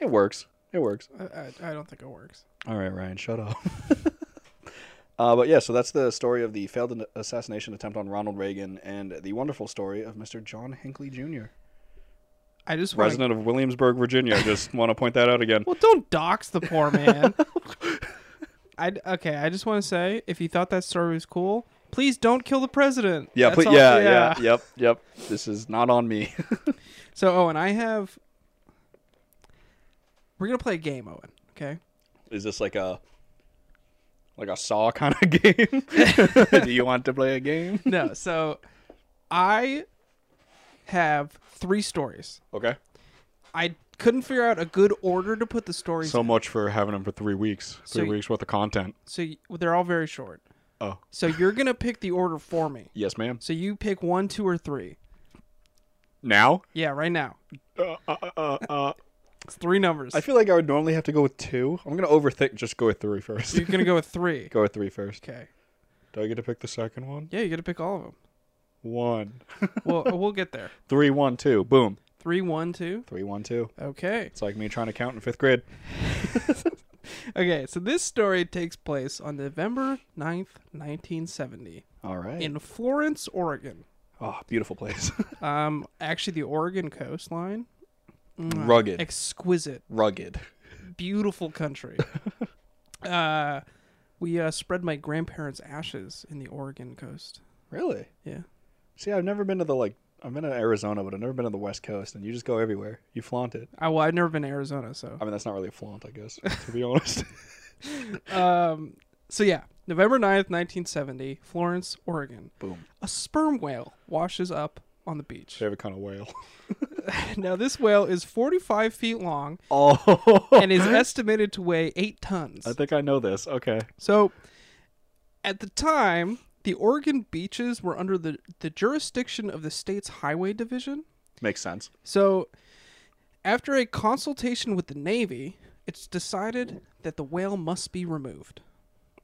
B: It works. It works.
A: I, I, I don't think it works.
B: All right, Ryan, shut up. <laughs> uh, but yeah, so that's the story of the failed an- assassination attempt on Ronald Reagan and the wonderful story of Mr. John Hinckley Jr.,
A: I just want
B: resident of Williamsburg, Virginia. I just want to point that out <laughs> again.
A: <laughs> Well, don't dox the poor man. <laughs> I okay. I just want to say, if you thought that story was cool, please don't kill the president.
B: Yeah,
A: That's
B: please,
A: all-
B: yeah, yeah, yep, yep. This is not on me. <laughs>
A: So, Owen, I have. We're gonna play a game, Owen. Okay. <laughs>
B: is this like a like a saw kind of <laughs> game? Do you want to play a game?
A: No. So, I have three stories.
B: Okay.
A: I couldn't figure out a good order to put the stories.
B: So much for having him for three weeks. Three
A: y-
B: weeks worth of content.
A: so y- they're all very short.
B: Oh,
A: So you're gonna pick the order for me.
B: yes, ma'am.
A: So you pick one, two, or three.
B: Now.
A: Yeah, right now.
B: Uh, uh, uh, uh.
A: It's three numbers.
B: I feel like I would normally have to go with two. I'm gonna overthink. Just go with three first.
A: You're gonna go with three.
B: <laughs> go with three first.
A: Okay.
B: Do I get to pick the second one?
A: Yeah, you got to pick all of them.
B: One,
A: Well, <laughs> we'll get there.
B: three, one, two. Boom.
A: Three, one, two.
B: Three, one, two.
A: Okay.
B: It's like me trying to count in fifth grade.
A: Okay, so this story takes place on November 9th, 1970,
B: All right.
A: in Florence, Oregon.
B: oh, beautiful place. <laughs>
A: Um, actually, the Oregon coastline. Mwah.
B: Rugged.
A: Exquisite.
B: Rugged. <laughs>
A: Beautiful country. uh, we uh, spread my grandparents' ashes in the Oregon coast.
B: Really?
A: Yeah.
B: See, I've never been to the like. I've been to Arizona, but I've never been to the West Coast, and you just go everywhere. You flaunt it.
A: I, well, I've never been to Arizona, so.
B: I mean, that's not really a flaunt, I guess, <laughs> to be honest.
A: Um, so, yeah, November 9th, 1970, Florence, Oregon.
B: Boom.
A: a sperm whale washes up on the beach.
B: Favorite kind of whale.
A: <laughs>
B: <laughs>
A: Now, this whale is 45 feet long
B: Oh.
A: and is
B: Uh,
A: estimated to weigh 8 tons.
B: I think I know this. Okay.
A: So, at the time, The Oregon beaches were under the, the jurisdiction of the state's highway division.
B: Makes sense.
A: So, after a consultation with the Navy, it's decided that the whale must be removed.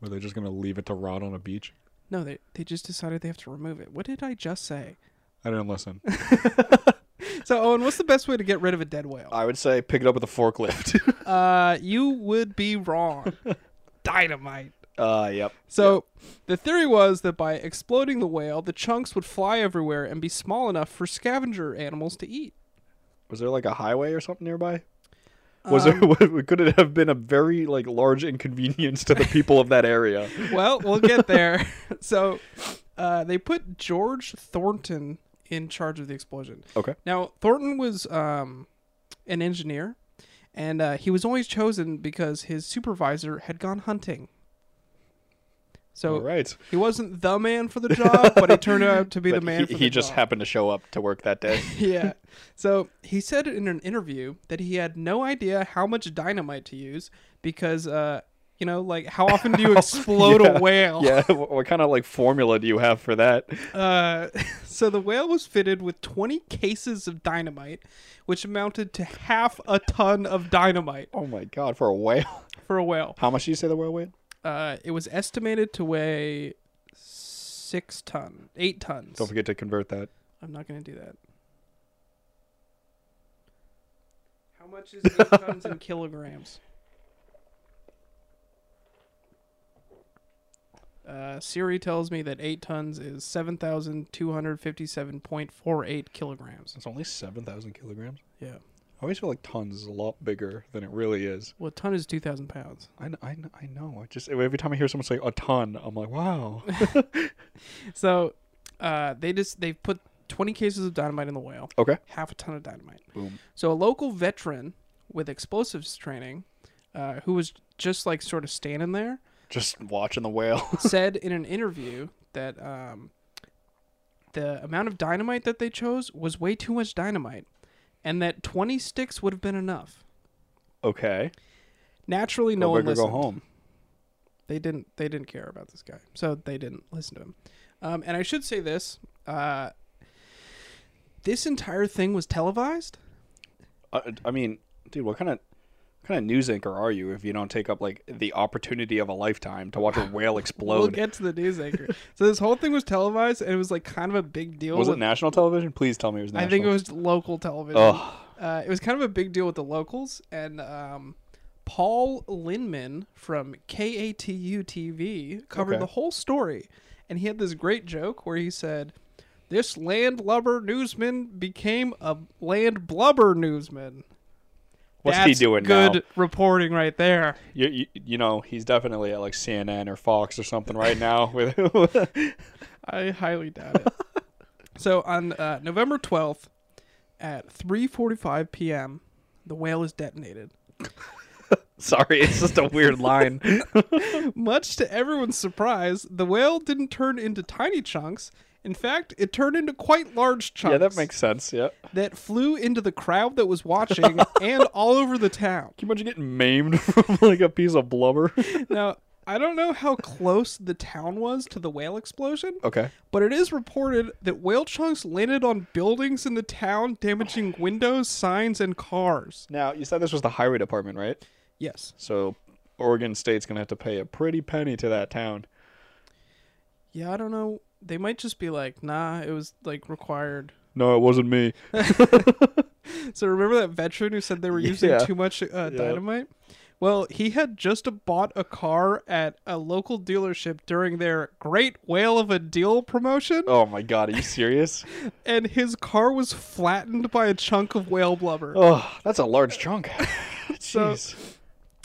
C: Were they just gonna leave it to rot on a beach?
A: No, they, they just decided they have to remove it. What did I just say?
C: I didn't listen.
A: So, Owen, what's the best way to get rid of a dead whale?
B: I would say pick it up with a forklift.
A: <laughs> Uh, you would be wrong. Dynamite.
B: uh, yep.
A: So, the theory was that by exploding the whale, the chunks would fly everywhere and be small enough for scavenger animals to eat.
B: Was there like a highway or something nearby? Was
A: Um,
B: <laughs> there? Could it have been a very like large inconvenience to the people of that
A: <laughs>
B: area?
A: Well, we'll get there. <laughs> so, uh, they put George Thornton in charge of the explosion.
B: Okay.
A: Now, Thornton was um, an engineer, and uh, he was always chosen because his supervisor had gone hunting. So
B: All right.
A: he wasn't the man for the job, but he turned out to be
B: <laughs>
A: the
B: But
A: man.
B: he,
A: for
B: he
A: the
B: just
A: job.
B: happened to show up to work that
A: <laughs>
B: day.
A: yeah. So he said in an interview that he had no idea how much dynamite to use because, uh, you know, like how often
B: <laughs>
A: do you explode
B: Yeah.
A: a whale?
B: yeah. What, what kind of like formula do you have for that?
A: Uh, <laughs> so the whale was fitted with 20 cases of dynamite, which amounted to half a ton of dynamite
B: Oh my god! For a whale, <laughs>
A: for a whale.
B: how much do you say the whale weighed?
A: Uh, it was estimated to weigh six ton, eight tons.
B: Don't forget to convert that.
A: I'm not going to do that. How much is
B: <laughs>
A: eight tons in kilograms? Uh, Siri tells me that eight tons is seven thousand two hundred fifty-seven point four eight kilograms.
B: It's only seven thousand kilograms.
A: Yeah.
B: I always feel like tons is a lot bigger than it really is.
A: Well, a ton is two thousand pounds.
B: I, kn- I, kn- I know. I just every time I hear someone say a ton, I'm like,
A: <laughs>
B: wow.
A: So, uh, they just they put twenty cases of dynamite in the whale,
B: okay.
A: half a ton of dynamite.
B: Boom.
A: So a local veteran with explosives training, uh, who was just like sort of
B: <laughs>
A: standing there,
B: Just watching the whale. <laughs>
A: said in an interview that um, the amount of dynamite that they chose was way too much dynamite, and that twenty sticks would have been enough.
B: Okay.
A: Naturally, no
B: go
A: one
B: big or
A: listened.
B: go home.
A: They didn't. They didn't care about this guy, so they didn't listen to him. Um, and I should say this: uh, this entire thing was televised.
B: Uh, I mean, dude, what kind of kind of news anchor are you if you don't take up like the opportunity of a lifetime to <laughs> watch a whale
A: We'll
B: explode?
A: get to the news anchor. so this whole thing was televised, and it was like kind of a big deal.
B: was it
A: with-
B: national television? Please tell me it was national.
A: I think it was local television.
B: Ugh.
A: Uh, it was kind of a big deal with the locals, and um, Paul Lindman from KATU TV covered
B: Okay.
A: the whole story, and he had this great joke where he said, "This landlubber newsman became a land blubber newsman."
B: What's
A: That's
B: he doing
A: Good
B: now?
A: reporting right there.
B: You, you, you know, he's definitely at like CNN or Fox or something <laughs> right now. With
A: I highly doubt it. <laughs> so on uh, November 12th at 3:45 p.m., the whale is detonated.
B: <laughs> sorry, it's just a weird line.
A: Much to everyone's surprise, the whale didn't turn into tiny chunks. In fact, it turned into quite large
B: <laughs>
A: chunks
B: yeah, that makes sense. Yeah.
A: that flew into the crowd that was
B: <laughs>
A: watching and all over the town.
B: Can you imagine getting maimed <laughs> from like a piece of blubber? <laughs>
A: Now, I don't know how close the town was to the whale explosion,
B: Okay.
A: but it is reported that whale chunks landed on buildings in the town, damaging windows, signs, and cars.
B: Now you said this was the highway department, right?
A: Yes.
B: So Oregon State's gonna have to pay a pretty penny to that town.
A: Yeah, I don't know. They might just be like, nah, it was like required.
B: No, it wasn't me.
A: So remember that veteran who said they were using
B: Yeah.
A: too much uh, dynamite? Well, he had just bought a car at a local dealership during their Great Whale of a Deal promotion,
B: <laughs> Oh my god, are you <laughs> serious?
A: and his car was flattened by a chunk of whale blubber.
B: oh, that's a large <laughs> chunk.
A: So-
B: Jeez.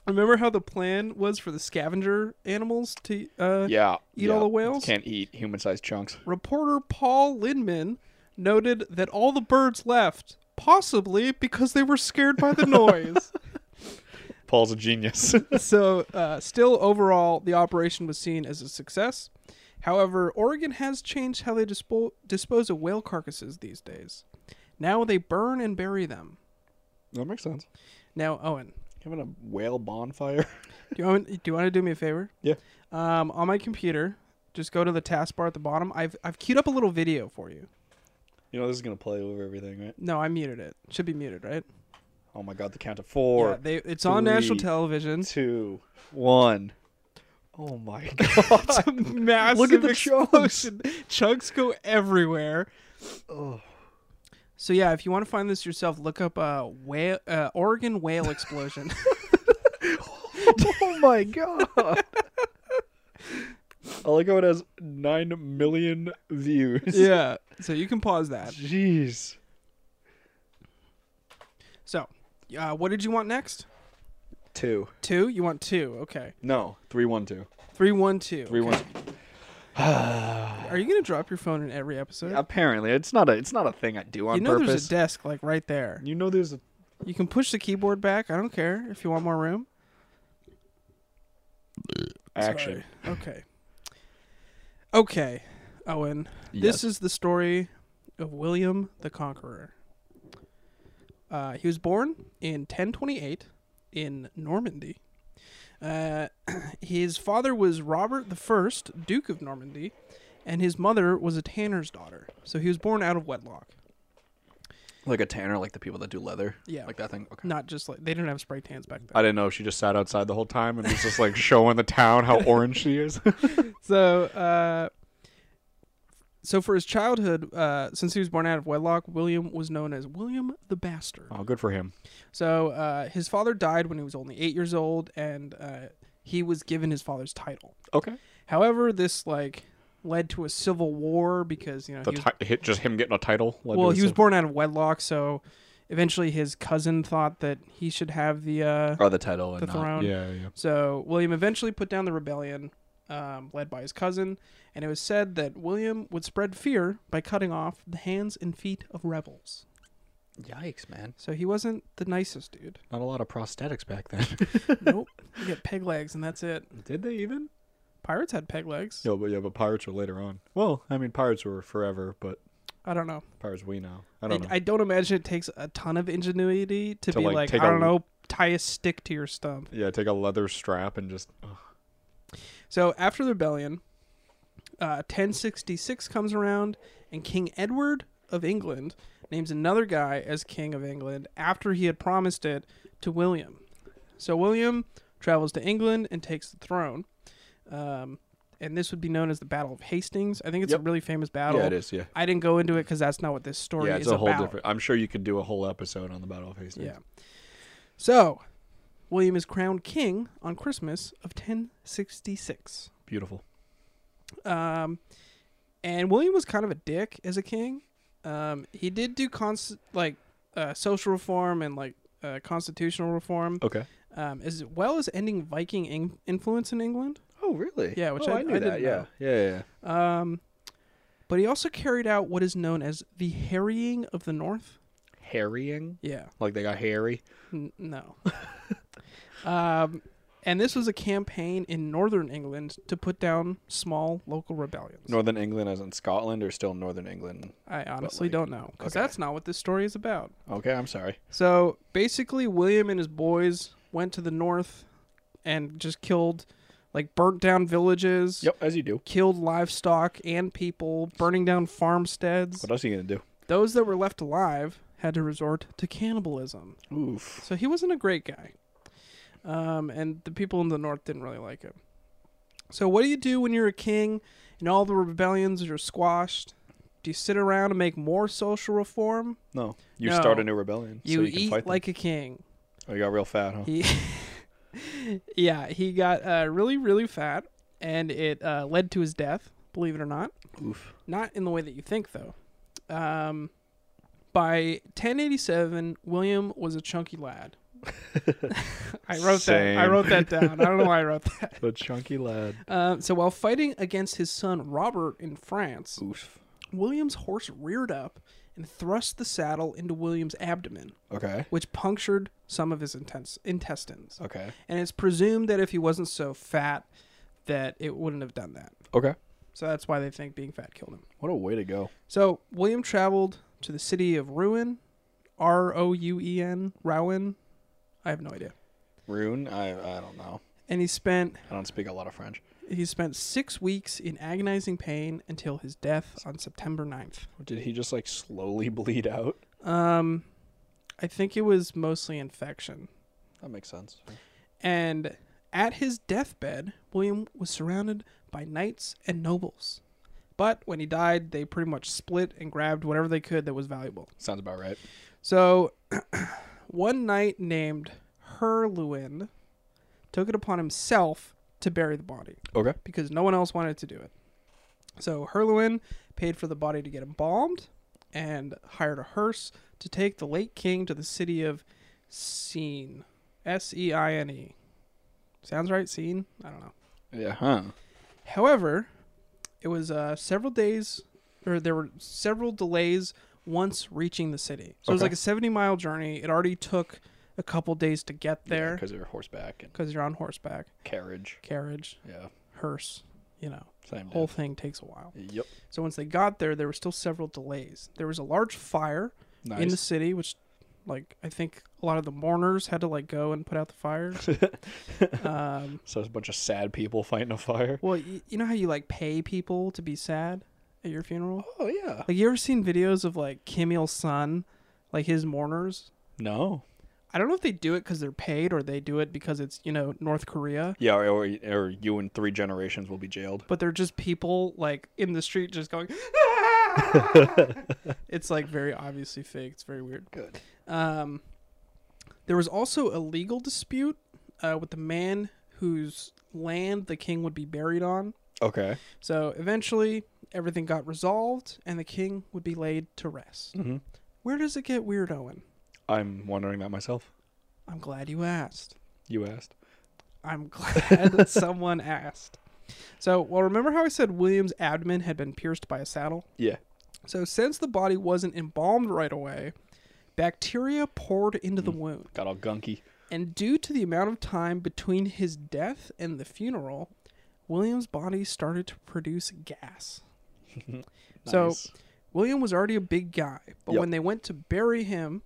A: Remember how the plan was for the scavenger animals to uh,
B: yeah.
A: eat
B: yeah.
A: all the whales?
B: Can't eat human-sized chunks.
A: Reporter Paul Lindman noted that all the birds left, possibly because they were scared
B: <laughs>
A: by the noise.
B: Paul's a genius. <laughs>
A: so, uh, still overall, the operation was seen as a success. However, Oregon has changed how they dispo- dispose of whale carcasses these days. Now they burn and bury them.
B: that makes sense.
A: Now, Owen,
B: Having a whale bonfire.
A: do you want, do you want to do me a favor?
B: <laughs> Yeah.
A: Um, on my computer, Just go to the taskbar at the bottom. I've I've queued up a little video for you.
B: You know this is gonna play over everything, right?
A: No, I muted it. Should be muted, right?
B: Oh my god, the count of
A: yeah,
B: four,
A: they, it's on national
B: three,
A: television.
B: two, one. Oh my <laughs> god!
A: It's a <laughs> massive
B: Look at the chunks.
A: explosion. Chunks. go everywhere.
B: Oh.
A: So yeah, if you want to find this yourself, look up uh, whale uh, Oregon whale explosion.
B: oh my god! I like how it has nine million views.
A: <laughs> yeah. So you can pause that.
B: Jeez.
A: So, uh, what did you want next?
B: Two.
A: Two. You want two? Okay.
B: No. Three one two.
A: Three, one, two.
B: Three one.
A: <sighs> Are you gonna drop your phone in every episode?
B: Apparently, it's not a it's not a thing I do on
A: You know
B: purpose.
A: there's a desk like right there.
B: you know there's a
A: You can push the keyboard back. I don't care if you want more room.
B: action.
A: Sorry. Okay. Okay, Owen. This is the story of William the Conqueror. Uh, he was born in 1028 in Normandy. Uh, <clears throat> his father was Robert the First, Duke of Normandy, and his mother was a tanner's daughter. So he was born out of wedlock.
B: Like a tanner, like the people that do leather.
A: Yeah.
B: Like that thing. Okay.
A: Not just like they didn't have spray tans back then.
C: I didn't know if she just sat outside the whole time and was just like showing the town how orange she is. <laughs>
A: so uh so for his childhood uh since he was born out of wedlock william was known as william the bastard
C: oh, good for him.
A: so uh his father died when he was only eight years old and uh he was given his father's title
C: Okay.
A: however this like led to a civil war because you know
C: The
A: he was,
C: ti- hit, just him getting a title. led to
A: well
C: the
A: he was
C: civil-
A: born out of wedlock so eventually his cousin thought that he should have the uh
B: Or the title and
A: the
B: not.
A: throne
C: Yeah, yeah.
A: so William eventually put down the rebellion, um, led by his cousin, and it was said that William would spread fear by cutting off the hands and feet of rebels.
B: Yikes, man.
A: So he wasn't the nicest
C: <laughs>
A: dude.
C: Not a lot of prosthetics back
A: <laughs>
C: then.
A: Nope. You get peg legs and that's it.
C: Did they even?
A: Pirates had peg legs.
C: Yeah, but yeah, but pirates were later on. Well, I mean, pirates were forever, but
A: I don't know.
C: pirates we know. I
A: I
C: don't know.
A: I don't imagine it takes a ton of ingenuity to,
C: To,
A: be
C: like,
A: like,
C: take
A: I
C: a-
A: don't know, tie a stick to your stump.
C: yeah, take a leather strap and just. ugh.
A: So after the rebellion, uh, 1066 comes around, and King Edward of England names another guy as King of England after he had promised it to William. So William travels to England and takes the throne. Um, and this would be known as the Battle of Hastings. I think it's a
C: Yep.
A: really famous battle.
C: Yeah, it is. Yeah.
A: I didn't go into it because that's not what this story
C: Yeah, it's
A: is
C: a whole
A: about.
C: different. I'm sure you could do a whole episode on the Battle of Hastings.
A: Yeah. So William is crowned king on Christmas of 1066.
C: Beautiful.
A: Um, and William was kind of a dick as a king. Um, he did do cons- like uh, social reform and like uh, constitutional
B: Oh.
A: reform,
C: Okay.
A: um, as well as ending Viking in- influence in England.
B: Oh, really?
A: Yeah, which
B: oh,
A: I-
B: I knew
A: I
B: that.
A: didn't
B: yeah.
A: know.
B: yeah, yeah, yeah.
A: Um, but he also carried out what is known as the harrying of the North.
C: Harrying,
A: Yeah,
C: like they got hairy.
A: N-
B: <laughs>
A: no. um, and this was a campaign in northern England to put down small local rebellions.
B: Northern England, as in Scotland, or still Northern England?
A: I honestly
B: like-
A: don't know because
B: okay.
A: that's not what this story is about.
B: Okay, I'm sorry.
A: So basically, William and his boys went to the north and just killed, like, burnt down villages.
B: Yep, as you do.
A: Killed livestock and people, burning down farmsteads.
B: What else are you gonna do?
A: Those that were left alive had to resort to cannibalism.
B: Oof.
A: So he wasn't a great guy. Um, and the people in the north didn't really like him. So, what do you do when you're a king and all the rebellions are squashed? Do you sit around and make more social reform?
B: No, you
A: No.
B: start a new rebellion.
A: You,
B: so you can
A: eat
B: fight them.
A: like a king.
B: Oh, you got real fat, huh?
A: He, <laughs> yeah, he got uh, really, really fat, and it uh, led to his death. Believe it or not,
B: Oof.
A: not in the way that you think, though. Um, by 1087, William was a chunky lad. <laughs> I wrote that. I
B: Same.
A: wrote that down. I don't know why I wrote that.
B: The chunky lad.
A: Um, so while fighting against his son Robert in France,
B: Oof.
A: William's horse reared up and thrust the saddle into William's abdomen,
B: Okay.
A: which punctured some of his intens- intestines
B: Okay.
A: and it's presumed that if he wasn't so fat that it wouldn't have done that
B: Okay.
A: so that's why they think being fat killed him
B: What a way to go.
A: so william traveled to the city of rouen r-o-u-e-n E rouen i have no idea
B: Rune, I I don't know.
A: and he spent
B: I don't speak a lot of French.
A: He spent six weeks in agonizing pain until his death on September 9th.
B: Did he just like slowly <laughs> bleed out?
A: Um, I think it was mostly infection.
B: That makes sense.
A: And at his deathbed, William was surrounded by knights and nobles. But when he died, they pretty much split and grabbed whatever they could that was valuable.
B: Sounds about right.
A: So, <clears throat> one knight named Herluin took it upon himself to bury the body
B: Okay.
A: because no one else wanted to do it. So Herluin paid for the body to get embalmed and hired a hearse to take the late king to the city of Seine. S E I N E. Sounds right, Seine? I don't know.
B: Yeah, huh?
A: However, it was uh, several days, or there were several delays once reaching the city. So it was
B: Okay.
A: like a 70 mile journey. It already took a couple days to get there
B: Because they're horseback and
A: because you're on horseback,
B: carriage.
A: carriage,
B: Yeah.
A: hearse, you know,
B: Same
A: whole
B: deal.
A: thing takes a while.
B: Yep.
A: So once they got there, there were still several delays. There was a large fire
B: Nice.
A: in the city, which, like, I think a lot of the mourners had to like go and put out the fire. um,
B: so it's a bunch of sad people <laughs> fighting a fire.
A: well, y- you know how you like pay people to be sad at your funeral?
B: Oh yeah.
A: Like, you ever seen videos of like Kim Il Sung, like his mourners?
B: No.
A: I don't know if they do it because they're paid or they do it because it's you know North Korea.
B: Yeah, or, or or you and three generations will be jailed.
A: But they're just people like in the street just going. <laughs> it's like very obviously fake. It's very weird.
B: Good.
A: Um, there was also a legal dispute uh, with the man whose land the king would be buried on.
B: Okay.
A: So eventually, everything got resolved, and the king would be laid to rest.
B: Mhm.
A: Where does it get weird, Owen?
B: I'm wondering that myself.
A: I'm glad you asked.
B: You asked.
A: I'm <laughs> glad that someone asked. So, well, remember how I said William's abdomen had been pierced by a saddle?
B: Yeah.
A: So, since the body wasn't embalmed right away, bacteria poured into the wound.
B: Got all gunky.
A: And due to the amount of time between his death and the funeral, William's body started to produce
B: <laughs>
A: gas. So
B: Nice.
A: William was already a big guy, but
B: Yep.
A: when they went to bury him,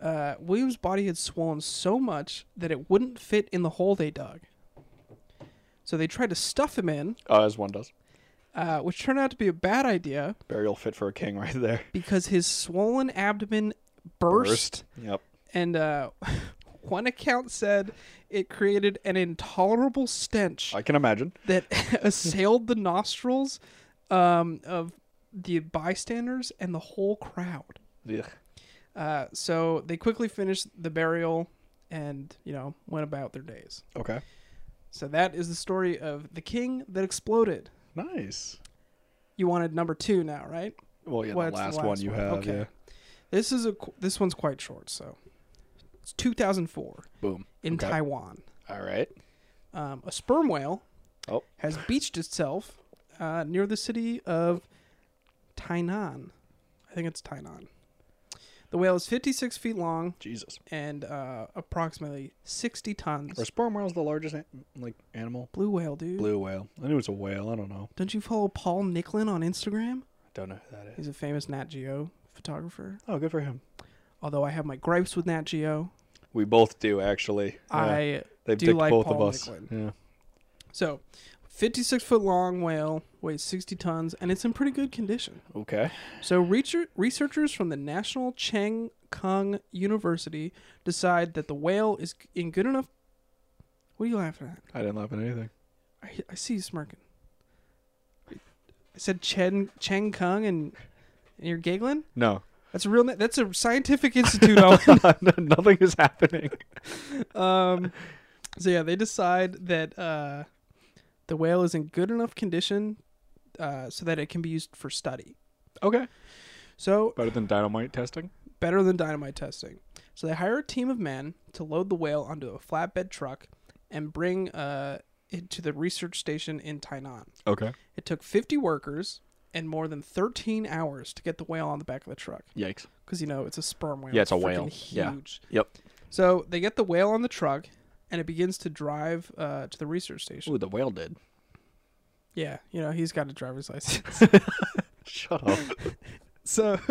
A: uh, William's body had swollen so much that it wouldn't fit in the hole they dug. So they tried to stuff him in,
B: Oh, as one does.
A: uh, which turned out to be a bad idea
B: Burial fit for a king <laughs> right there.
A: because his swollen abdomen burst.
B: Yep.
A: and uh, <laughs> one account said it created an intolerable stench
B: I can imagine.
A: that <laughs> assailed the nostrils um, of the bystanders and the whole crowd.
B: Yeah.
A: Uh, so they quickly finished the burial and, you know, went about their days.
B: Okay.
A: So that is the story of the king that exploded.
B: Nice.
A: You wanted number two now, right?
B: Well, yeah,
A: What's
B: the last one you have. Yeah.
A: This is a qu- this one's quite short, so it's 2004
B: Boom.
A: in
B: Okay.
A: Taiwan.
B: All right.
A: um, a sperm whale
B: Oh.
A: has beached itself uh, near the city of Tainan. I think it's Tainan. The whale is 56 feet long
B: Jesus.
A: and uh, approximately 60 tons.
B: Are sperm whales the largest an- like animal?
A: Blue whale, dude.
B: Blue whale. I knew it was a whale. I don't know.
A: Don't you follow Paul Nicklin on Instagram?
B: I don't know who that is.
A: He's a famous Nat Geo photographer.
B: Oh, good for him.
A: Although I have my gripes with Nat Geo,
B: We both do actually. Yeah.
A: I
B: they
A: do
B: dicked
A: like
B: both
A: Paul
B: of us.
A: Nicklin.
B: Yeah.
A: so 56 foot long whale weighs 60 tons and it's in pretty good condition.
B: Okay.
A: So reacher- researchers from the National Cheng Kung University decide that the whale is in good enough. What are you laughing at?
B: I didn't laugh at anything.
A: I, I see you smirking. I said Chen Cheng Kung, and, and you're giggling.
B: <laughs>
C: No, <laughs>
A: That's a real. Na- that's a scientific institute. Owen.
C: nothing is happening.
A: um, so yeah, they decide that uh, the whale is in good enough condition uh, so that it can be used for study.
C: Okay,
A: So
C: better than dynamite testing.
A: better than dynamite testing. So they hire a team of men to load the whale onto a flatbed truck and bring uh, it to the research station in Tainan.
C: Okay,
A: It took 50 workers and more than 13 hours to get the whale on the back of the truck
B: Yikes.
A: because you know it's a sperm whale.
C: Yeah, it's a
A: freaking
C: whale. Yeah.
A: Huge.
C: Yep.
A: So they get the whale on the truck and it begins to drive uh, to the research station.
B: Ooh, the whale did.
A: Yeah,
B: <laughs>
A: you know he's got a driver's license.
B: Shut up.
A: <laughs> so <laughs>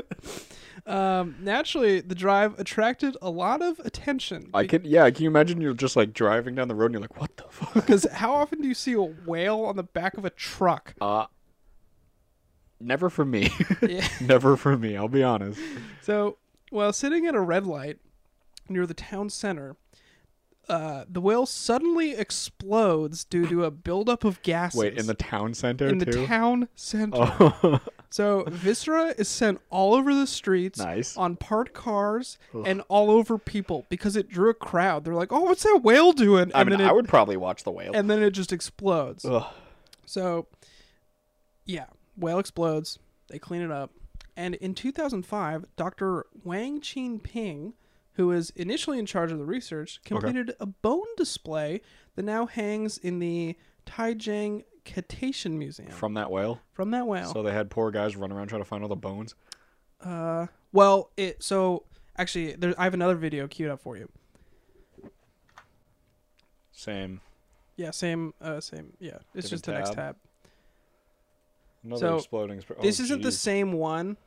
A: Um, naturally, the drive attracted a lot of attention.
C: I can, yeah. Can you imagine you're just like driving down the road and you're like, what the fuck?
A: Because how often do you see a whale on the back of a truck?
C: Uh, <laughs> never for me.
A: <laughs> Yeah.
C: <laughs> never for me. I'll be honest.
A: So, while sitting at a red light near the town center, uh, the whale suddenly explodes due to a buildup of gases.
C: Wait, in the town center
A: in the
C: too.
A: town center.
C: oh, <laughs>
A: So, viscera is sent all over the streets,
C: Nice.
A: on parked cars, and all over people because it drew a crowd. They're like, "Oh, what's that whale doing?" And
C: I mean,
A: then it,
C: I would probably watch the whale.
A: and then it just explodes.
C: Ugh.
A: So, yeah, whale explodes. They clean it up. And in 2005, Dr. Wang Qin Ping, who was initially in charge of the research, completed a bone display that now hangs in the Taijiang Cetacean Museum
C: From that whale,
A: from that whale.
C: so they had poor guys run around trying to find all the bones.
A: uh, well, it so actually, there, I have another video queued up for you.
C: Same.
A: Yeah, same, uh, same. Yeah, it's
C: Different
A: just the next
C: tab.
A: tab.
C: Another
A: So,
C: exploding. Sp- oh,
A: this isn't the
C: geez.
A: same one,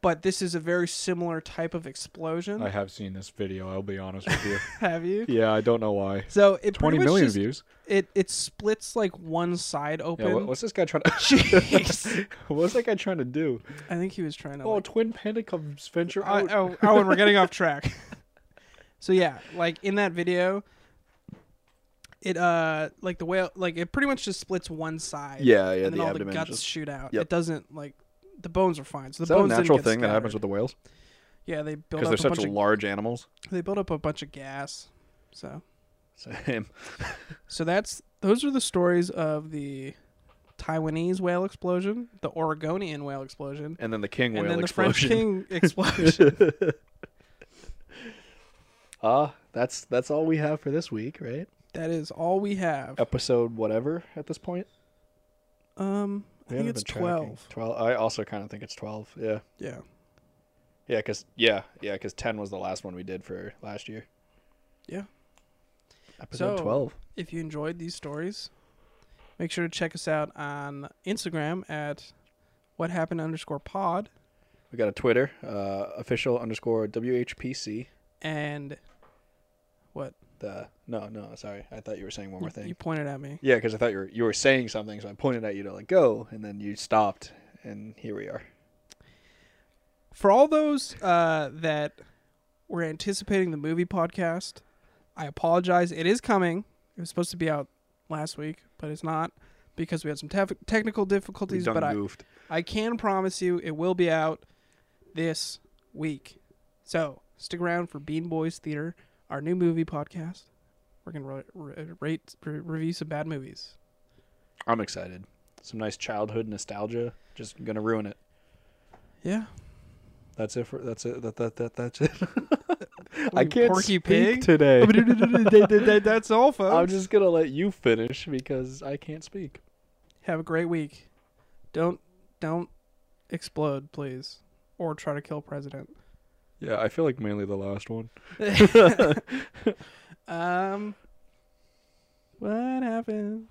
A: but this is a very similar type of explosion.
C: I have seen this video. I'll be honest with you.
A: <laughs> Have you?
C: yeah, I don't know why.
A: So it pretty
C: Twenty
A: much
C: million
A: just-
C: views.
A: It it splits like one side
C: Yeah,
A: open.
C: what, what's this guy <laughs> trying to?
A: Jeez.
C: <laughs> what's that guy trying to do?
A: I think he was trying to.
C: Oh,
A: like-
C: twin pentacles venture
A: oh,
C: out.
A: oh, oh, and we're getting
C: <laughs>
A: off track. so yeah, like in that video, it uh like the whale like it pretty much just splits one side.
C: yeah,
A: and
C: yeah.
A: then
C: The
A: all the
C: abdomen
A: guts
C: just.
A: shoot out.
C: Yep.
A: It doesn't like the bones are fine. So the
C: Is that a
A: bones didn't
C: natural
A: get
C: thing that happens
A: scattered.
C: with the whales?
A: Yeah, they build
C: Because
A: up
C: they're
A: a
C: such
A: bunch of
C: large animals.
B: <laughs>
A: they build up a bunch of gas. So
C: Same.
A: so that's those are the stories of the Taiwanese whale explosion, the Oregonian whale explosion,
C: And then the king
A: and
C: whale
A: then
C: explosion.
A: the French king explosion.
B: <laughs> Ah, that's that's all we have for this week, right?
A: that is all we have.
B: Episode whatever at this point.
A: Um, I
B: We
A: think
B: haven't
A: it's
B: been tracking.
A: twelve.
B: Twelve. I also kind of think it's twelve. Yeah.
A: Yeah,
B: Yeah, cause yeah, yeah, cause ten was the last one we did for last year.
A: yeah.
B: Episode
A: So-
B: twelve.
A: If you enjoyed these stories, make sure to check us out on Instagram at what happened underscore pod
B: We got a Twitter, uh, official underscore WHPC.
A: and what
B: The no, no, sorry, I thought you were saying one more
A: you
B: thing.
A: pointed at me.
B: Yeah, because I thought you were you were saying something, so I pointed at you to like go, and then you stopped, and here we are.
A: For all those uh, that were anticipating the movie podcast, I apologize. It is coming. It was supposed to be out last week, but it's not because we had some tef- technical difficulties. But I,
C: goofed.
A: I can promise you it will be out this week. So stick around for Bean Boys Theater, our new movie podcast. We're going to rate, re- review some bad movies.
B: I'm excited. Some nice childhood nostalgia. Just gonna ruin it.
A: Yeah.
B: That's it for that's it. That that, that that's it. <laughs> I
A: Like
B: can't
A: Porky
B: speak
A: Pig? <laughs>
B: today.
A: That's all, folks.
B: I'm just gonna let you finish because I can't speak.
A: Have a great week. Don't don't explode, please, or try to kill president.
C: Yeah, I feel like mainly the last one.
A: Um, what happened?